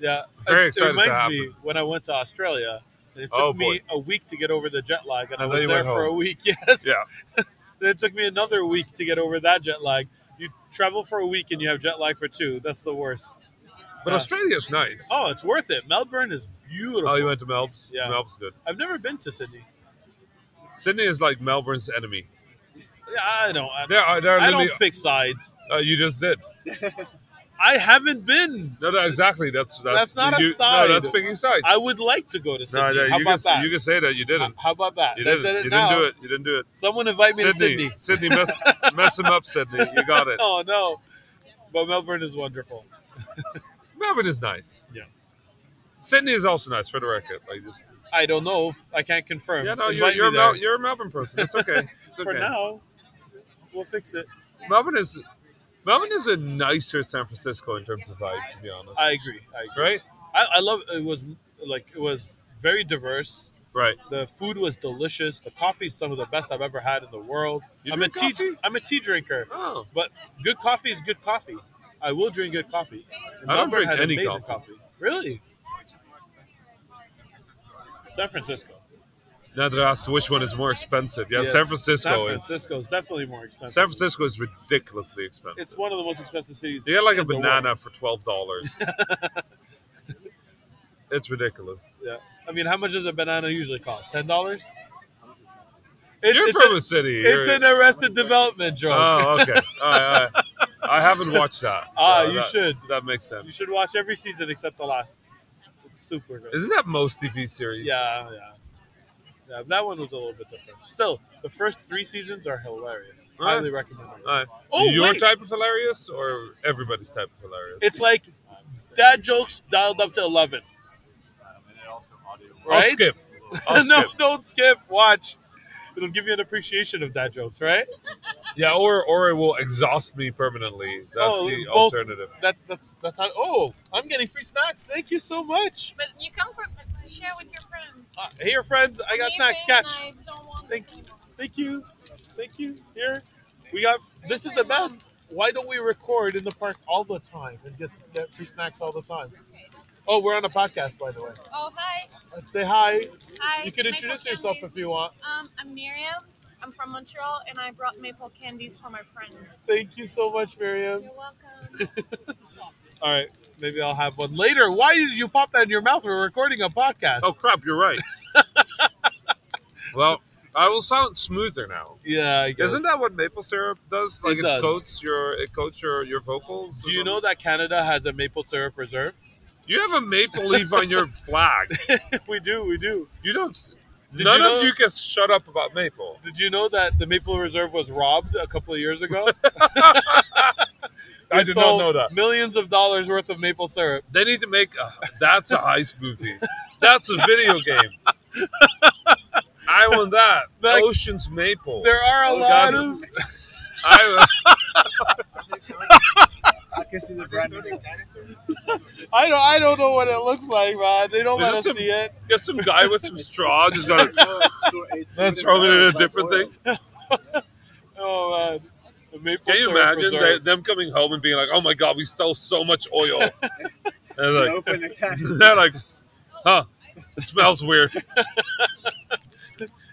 A: Yeah,
B: Very
A: it,
B: excited
A: it
B: to
A: reminds
B: have
A: me
B: them.
A: when I went to Australia. and It took
B: Oh,
A: me a week to get over the jet lag, and, I
B: And
A: was
B: then you
A: there
B: went
A: for a
B: home.
A: week. Yes.
B: Yeah.
A: then it took me another week to get over that jet lag. You travel for a week and you have jet lag for two. That's the worst.
B: But
A: Uh,
B: Australia's nice.
A: Oh, it's worth it. Melbourne is beautiful.
B: Oh, you went to Melb's?
A: Yeah.
B: Melb's good.
A: I've never been to Sydney.
B: Sydney is like Melbourne's enemy.
A: Yeah, I don't. I,
B: There are there are
A: I
B: literally
A: don't pick sides.
B: uh, you just did.
A: I haven't been.
B: No, no, exactly. That's that's,
A: That's not a
B: you,
A: side.
B: No, that's picking sides.
A: I would like to go to
B: no,
A: Sydney.
B: no,
A: How
B: you
A: about
B: can,
A: that?
B: you can say that you didn't.
A: How about that?
B: You
A: I
B: didn't.
A: said it
B: you
A: now.
B: didn't do it. You didn't do it.
A: Someone invite me
B: Sydney,
A: to Sydney.
B: Sydney, mess, mess him up, Sydney. You got it.
A: Oh no, but Melbourne is wonderful.
B: Melbourne is nice.
A: Yeah.
B: Sydney is also nice, for the record. Like just,
A: I don't know. I can't confirm.
B: yeah, no, you're
A: Invite me
B: you're a,
A: there.
B: Mel- you're a Melbourne person. It's okay. It's okay.
A: for now. We'll fix it.
B: Melbourne is Melbourne is a nicer San Francisco in terms of vibe, to be honest.
A: I agree. I agree.
B: right?
A: I, I love it was like it was very diverse.
B: Right.
A: The food was delicious. The coffee's some of the best I've ever had in the world.
B: You
A: I'm a
B: drink
A: tea
B: coffee?
A: I'm a tea drinker.
B: Oh.
A: But good coffee is good coffee. I will drink good coffee.
B: I don't
A: Melbourne
B: drink
A: had
B: any
A: amazing
B: coffee.
A: Really? San Francisco.
B: Now that I asked which one is more expensive. Yeah,
A: Yes.
B: San Francisco
A: San
B: is
A: Francisco is definitely more expensive.
B: San Francisco is ridiculously expensive.
A: It's one of the most expensive cities.
B: you get like a
A: in the world.
B: banana for twelve dollars. it's ridiculous.
A: Yeah. I mean, how much does a banana usually cost? Ten dollars.
B: You're
A: it's
B: from
A: a-
B: a city.
A: It's
B: You're-
A: an Arrested Development joke.
B: Oh, okay. All right, all right. I haven't watched that. so
A: Ah, you
B: that-
A: should.
B: That makes
A: You
B: sense.
A: should watch every season except the last. It's super good.
B: Isn't that most TV series?
A: Yeah, yeah. Yeah, that one was a little bit different. Still, the first three seasons are hilarious.
B: Right.
A: Highly recommend it.
B: All right.
A: Oh,
B: Your
A: wait.
B: type of hilarious or everybody's type of hilarious?
A: It's like dad jokes dialed up to 11.
B: I'll
A: right?
B: skip. I'll
A: no,
B: Oh, skip.
A: don't skip. Watch. It'll give you an appreciation of dad jokes, right?
B: Yeah, or or it will exhaust me permanently. That's the
A: Oh, both-
B: alternative.
A: That's that's that's how. Oh, I'm getting free snacks. Thank you so much.
D: But you come from share with your friends.
A: Uh, here, friends, I got
D: Leave
A: snacks.
D: it,
A: Catch.
D: I don't want
A: Thank-
D: this anymore.
A: Thank you. Thank you. Here. We got this is the best. Why don't we record in the park all the time and just get free snacks all the time? Oh, we're on a podcast by the way.
D: Oh hi,
A: Say hi.
D: hi.
A: You can
D: Maple
A: introduce yourself
D: candies.
A: if you want.
D: Um, I'm Miriam. I'm from Montreal, and I brought maple candies for my friends.
A: Thank you so much, Miriam.
D: You're welcome.
A: All right, maybe I'll have one later. Why did you pop that in your mouth? We're recording a podcast.
B: Oh crap, you're right. well, I will sound smoother now.
A: yeah, I guess.
B: Isn't that what maple syrup does? Like it,
A: does.
B: coats your it coats your, your vocals.
A: Do you know that Canada has a maple syrup reserve?
B: you have a maple leaf on your flag?
A: we do, we do.
B: You don't.
A: Did
B: none
A: you know-
B: of you can shut up about maple.
A: Did you know that the maple reserve was robbed a couple of years ago?
B: I
A: We
B: did not
A: stole
B: know that.
A: Millions of dollars worth of maple syrup.
B: They need to make a, that's a heist movie. That's a video game. I want that.
A: Like-
B: Ocean's Maple.
A: There are a
B: Oh,
A: lot
B: God.
A: of
B: I, uh,
F: I can see the brand.
A: I don't I don't know what it looks like, man. They don't
B: Is
A: let us
B: this a-
A: see it.
B: guess some guy with some straw just got to
F: That's
B: throw it in a different thing.
A: Oh man. The maple
B: Can you
A: syrup
B: imagine
A: reserve.
B: they, them coming home and being like, "Oh my God, we stole so much oil,"
F: Like,
B: and
F: open a can.
B: they're like, they're like, "Huh, it smells weird."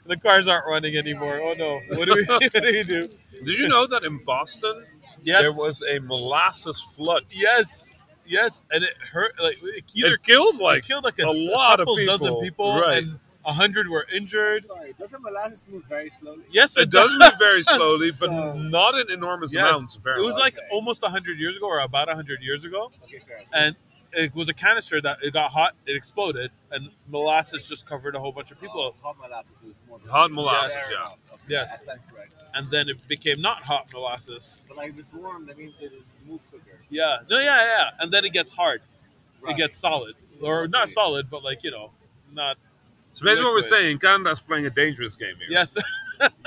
A: the cars aren't running anymore. Oh no. What do we, what do, we do?
B: Did you know that in Boston
A: Yes.
B: there was a molasses flood?
A: Yes. Yes. And it hurt like it either
B: it killed
A: like,
B: like
A: killed like a,
B: a lot of
A: couple dozen
B: people.
A: people
B: Right.
A: and a hundred were injured.
F: Sorry, doesn't molasses move very slowly?
A: Yes, it,
B: it does move very slowly, but
F: So-
B: not in enormous
A: Yes.
B: amounts.
A: It
B: Apparently,
A: was like
F: Okay.
A: almost a hundred years ago, or about a hundred years ago,
F: Okay, fair. oh, So
A: and it was a canister that it got hot, it exploded, and molasses just covered a whole bunch of people.
F: Oh, hot molasses is more.
B: Hot
F: basic.
B: molasses,
F: Fair
B: yeah.
F: enough. Okay,
A: Yes.
F: I stand correct.
A: and then it became not hot molasses.
F: But like if it's warm, that means it move quicker.
A: Yeah, no, yeah, yeah. And then it gets hard.
F: Right.
A: It gets solid, or not solid, but like you know, not
B: so basically, what we're
A: liquid.
B: saying, Canada's playing a dangerous game here.
A: Yes.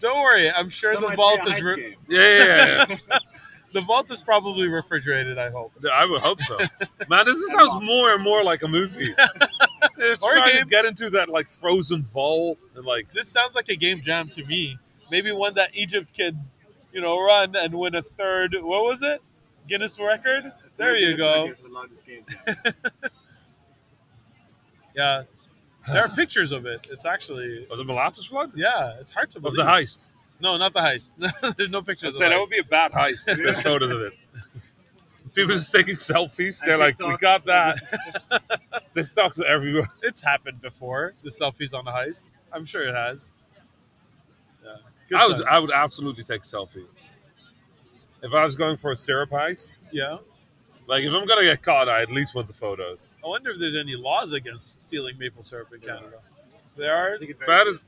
A: Don't worry. I'm sure
F: Some
A: the
F: might
A: vault
F: say
A: is
F: ice
A: re-
F: game.
B: Yeah, yeah, yeah, yeah.
A: the vault is probably refrigerated. I hope.
B: Yeah, I would hope so. Man, this sounds more and more like a movie. They're
A: Or a
B: trying to
A: game.
B: get into that like frozen vault and like
A: This sounds like a game jam to me. Maybe one that Egypt could, you know, run and win a third. What was it? Guinness record. There you
F: Guinness
A: go.
F: record for the longest game.
A: Yeah. There are pictures of it. It's actually.
B: of the molasses flood
A: Yeah, it's hard to
B: of
A: believe.
B: the heist.
A: No, not the heist. There's no
B: I
A: pictures.
B: said
A: of
B: that
A: the
B: would be a bad heist. if There's photos of it. People just taking selfies. They're
F: And
B: like, we
F: TikToks.
B: got that. TikToks are everywhere.
A: heist. It's happened before. The selfies on the heist. I'm sure it has. Yeah. Good
B: I was,
A: times.
B: I would absolutely take selfie. if I was going for a syrup heist,
A: Yeah.
B: like if I'm gonna get caught, I at least want the photos.
A: I wonder if there's any laws against stealing maple syrup in Canada. There are.
B: Fat has,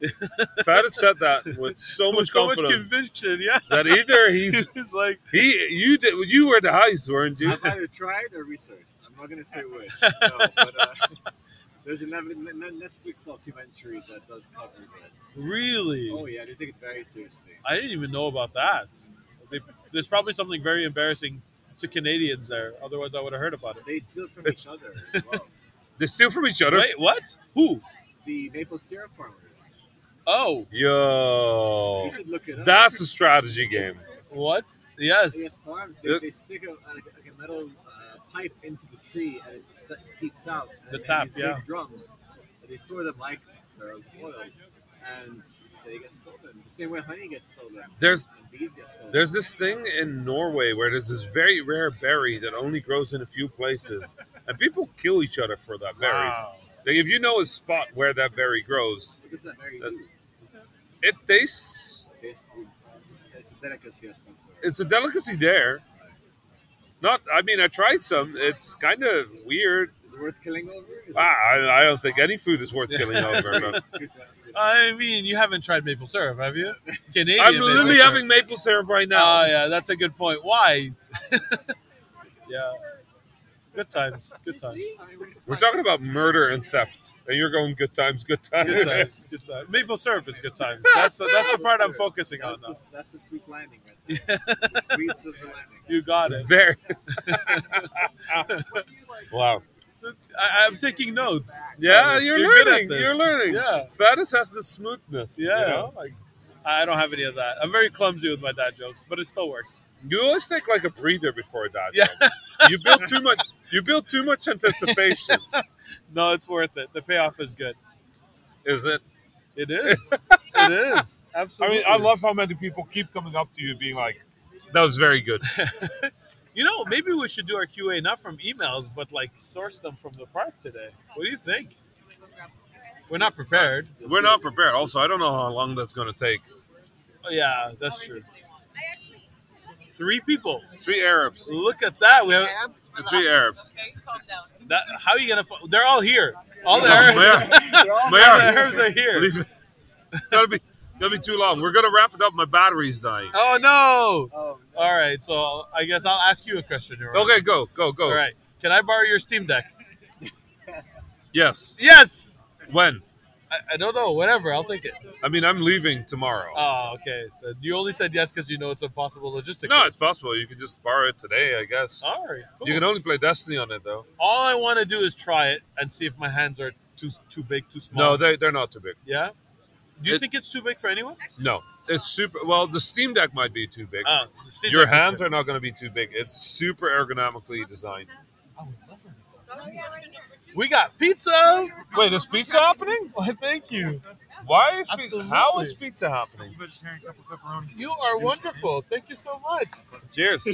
B: Fat has said that with so
A: With
B: much
A: so much
B: confidence
A: conviction, yeah.
B: that either he's
A: It's like,
B: he you did you were the heist, weren't you?
F: I've either tried or researched. I'm not going to say which. No, but, uh, there's a Net- Net- Netflix documentary that does cover this.
A: really?
F: Oh, yeah, they take it very seriously.
A: I didn't even know about that. They, there's probably something very embarrassing to Canadians there. Otherwise, I would have heard about it.
F: They steal from each other as well.
B: They steal from each other.
A: Wait, what? Who?
F: The maple syrup farmers.
A: Oh,
B: Yo,
F: You should look it up.
B: Oh. that's a strategy game.
F: It's-
A: what? Yes.
F: Yes, farms.
B: Yeah.
F: They, they stick a, like, like a metal uh, pipe into the tree and it se- seeps out. And, and
A: sap,
F: these
A: yeah.
F: Big drums. And they store them like barrels of oil, and they get stolen. The same way honey gets stolen.
B: There's-
F: and bees get stolen.
B: There's this thing in Norway where there's this very rare berry that only grows in a few places, and people kill each other for that berry.
A: Wow.
B: Like if you know a spot where that berry grows,
F: It's not very
B: that-
F: new.
B: it tastes.
F: Tastes good. It's- It's a delicacy of some sort.
B: It's a delicacy there. Not, I mean, I tried some. It's kind of weird.
F: Is it worth killing over? Is
B: Ah, I, I don't think any food is worth killing over. but-
F: it good to- good to-
A: I mean, you haven't tried maple syrup, have you? Canadian.
B: I'm
A: maple
B: literally
A: syrup.
B: having maple syrup right now.
A: Oh yeah, that's a good point. Why? yeah. Good times. Good times.
B: We're talking about murder and theft, and you're going good times, good times.
A: Good times. Good times. Maple syrup is good times. That's the, that's the part I'm focusing on.
F: That's
A: Now.
F: the, that's the sweet landing right there. the sweet silver landing.
A: You got it.
B: Very. wow.
A: I, I'm taking notes.
B: Yeah, you're,
A: good at
B: learning.
A: this.
B: You're learning.
A: Yeah.
B: Fattest has the smoothness.
A: Yeah.
B: You, know? like,
A: I don't have any of that. I'm very clumsy with my dad jokes, but it still works.
B: you always take like a breather before that.
A: Yeah.
B: you build too much. You build too much anticipation.
A: No, it's worth it. The payoff is good.
B: Is it?
A: It is. it is.
B: I
A: Absolutely.
B: mean, I love how many people keep coming up to you being like, "That was very good."
A: You know, maybe we should do our QA not from emails, but like source them from the park today. What do you think? We're not prepared.
B: We're not prepared. Also, I don't know how long that's going to take.
A: Oh, yeah, that's true.
D: I actually.
A: Three people.
B: Three Arabs.
A: Look at that. We have
G: Arabs?
B: The three Arabs.
G: Okay, calm down.
A: that. How are you gonna? fi- They're all here. All the
B: Oh,
A: Arabs,
B: man.
F: They're all
A: all the
B: Mayor,
A: Arabs are here.
B: leave it. It's gonna be gonna be too long. We're gonna wrap it up. My battery's dying.
A: Oh no!
F: Oh, no.
A: All right, so I guess I'll ask you a question. Jeroen.
B: Okay, go, go, go.
A: All right. Can I borrow your Steam Deck?
B: Yes.
A: Yes.
B: When?
A: I, I don't know. Whatever. I'll take it.
B: I mean, I'm leaving tomorrow.
A: Oh, okay. You only said yes because you know it's impossible logistics.
B: no, it's possible. You can just borrow it today, I guess.
A: all right. Cool.
B: You can only play Destiny on it, though.
A: All I want to do is try it and see if my hands are too too big, too small.
B: No, they, they're not too big.
A: yeah. Do you
B: It-
A: think it's too big for anyone?
B: No, it's super. Well, the Steam Deck might be too big.
A: Uh, the Steam
B: Your
A: Deck is
B: hands
A: good.
B: are not going to be too big. It's super ergonomically designed.
D: Oh, yeah, right here.
A: We got pizza.
B: Wait, is pizza happening?
A: Why, thank you.
B: Why is pizza?
A: Absolutely.
B: How is pizza happening?
E: Vegetarian couple pepperoni.
A: You are wonderful. Thank you so much.
B: Cheers.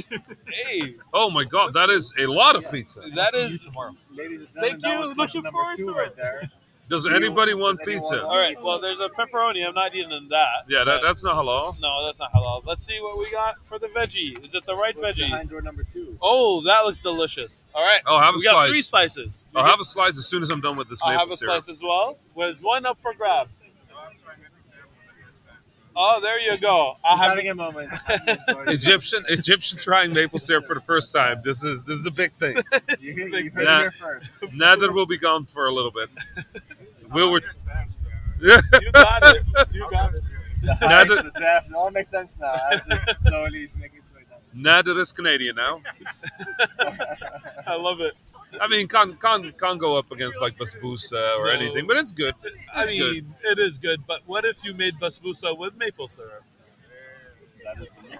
A: Hey,
B: Oh my God, that is a lot of pizza.
A: that is. All
F: Ladies and
A: Thank you.
F: gentlemen, that was
A: Looking
F: question number
A: forward
F: two
A: to
F: right
A: it.
F: there.
B: Does
F: You-
B: anybody want
F: does anyone
B: pizza?
F: want-
A: right. Well, there's a pepperoni. I'm not eating that.
B: Yeah, that,
A: But-
B: that's not halal.
A: No, that's not halal. Let's see what we got for the veggie. Is it the right
F: What's behind
A: veggies?
F: door number two?
A: Oh, that looks delicious. All right.
B: I'll Oh, have a
A: We got three
B: slice.
A: slices.
B: I'll have a slice as soon as I'm done with this
A: I'll
B: maple
A: have a
B: syrup.
A: slice as well. There's one up for grabs. Oh, there you go. I'll
F: He's
A: have
F: having a moment. You-
B: Egyptian Egyptian trying maple syrup for the first time. This is this is a big thing.
F: You,
A: Big
F: you heard
B: Nah.
F: it here first.
B: Nader will be gone for a little bit. Will
E: Wilbur.
B: would.
A: You got it. You got it.
F: The highs,
B: Nader,
F: the draft, it all makes sense now as it's slowly making its way down.
B: Nader is Canadian now.
A: I love it.
B: I mean, can't can't, can't go up against like Basbousa or
A: No.
B: anything, but it's good.
A: I
B: It's
A: mean,
B: good.
A: it is good, but what if you made basbousa with maple syrup?
F: That is the move.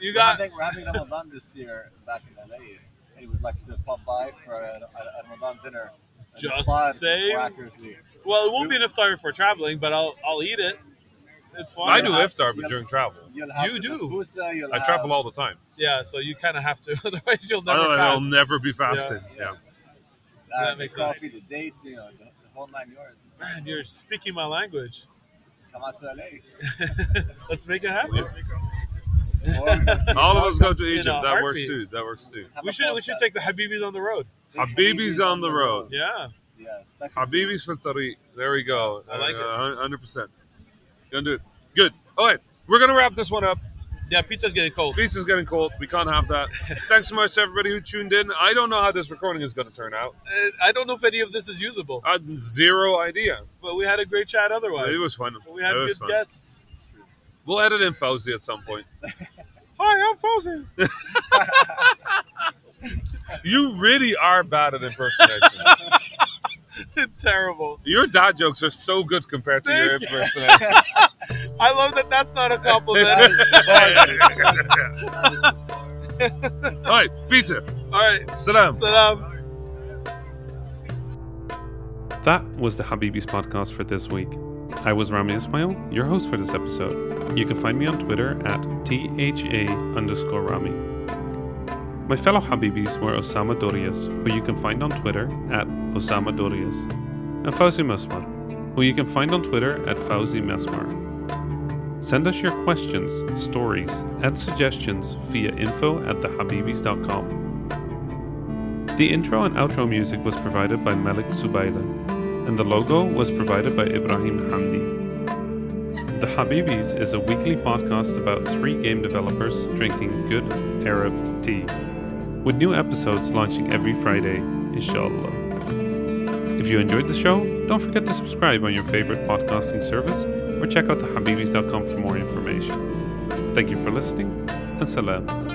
A: You
F: I
A: got
F: think we're having Ramadan this year back in LA. And would like to pop by for a, a, a Ramadan dinner. and
A: Just
F: applaud
A: say-
F: more accurately.
A: well, it won't be enough time for traveling, but I'll I'll eat it. It's fine.
B: I do iftar, but during travel,
F: You'll have
A: You
F: the
A: do.
F: basbousa, you'll
B: I
F: have
B: travel all the time.
A: Yeah, so you kind of have to, otherwise you'll never
B: Otherwise, I'll
A: pass.
B: never be fasting. Yeah.
F: Yeah.
A: That
F: uh, the
A: makes
F: coffee, the dates, you know, the, the whole nine yards.
A: Man, you're speaking my language.
F: Come out to LA.
A: Let's make it happen.
B: All of us go to
A: In a
B: Egypt. That works
A: heartbeat.
B: too. That works too.
F: Have
A: We
F: a
A: should we should
F: podcast.
A: take the Habibis on the road.
F: Take
B: Habibi's on the road.
A: Yeah.
F: Yes. that could be-
B: Habibi's for Tariq. There we go. Uh,
A: I like it.
B: Hundred percent. Gonna do it. Good. All right. We're gonna wrap this one up.
A: Yeah, pizza's getting cold.
B: Pizza's getting cold. We can't have that. Thanks so much to everybody who tuned in. I don't know how this recording is gonna turn out.
A: Uh, I don't know if any of this is usable,
B: I had zero idea.
A: but we had a great chat otherwise.
B: It was fun.
A: we had
B: it was
A: good
B: fun.
A: guests.
F: It's true.
B: We'll edit in Fauzi at some point.
A: Hi, I'm frozen.
B: You really are bad at impersonation.
A: Terrible.
B: your dad jokes are so good compared to your
A: Thank you.
B: impersonation.
A: I love that. That's not a compliment.
B: All right, pizza.
A: All right, um,
B: Salam.
A: salam.
H: That was the Habibis podcast for this week. I was Rami Ismail, your host for this episode. You can find me on Twitter at THA underscore Rami. My fellow Habibis were Osama Dorias, who you can find on Twitter at Osama Dorias, and Fauzi Mesmar, who you can find on Twitter at Fauzi Mesmar. Send us your questions, stories, and suggestions via info at thehabibis.com. The intro and outro music was provided by Malik Subaila, and the logo was provided by Ibrahim Hamdi. The Habibis is a weekly podcast about three game developers drinking good Arab tea, with new episodes launching every Friday, inshallah. If you enjoyed the show, don't forget to subscribe on your favorite podcasting service or check out thehabibis.com for more information. Thank you for listening, and salam.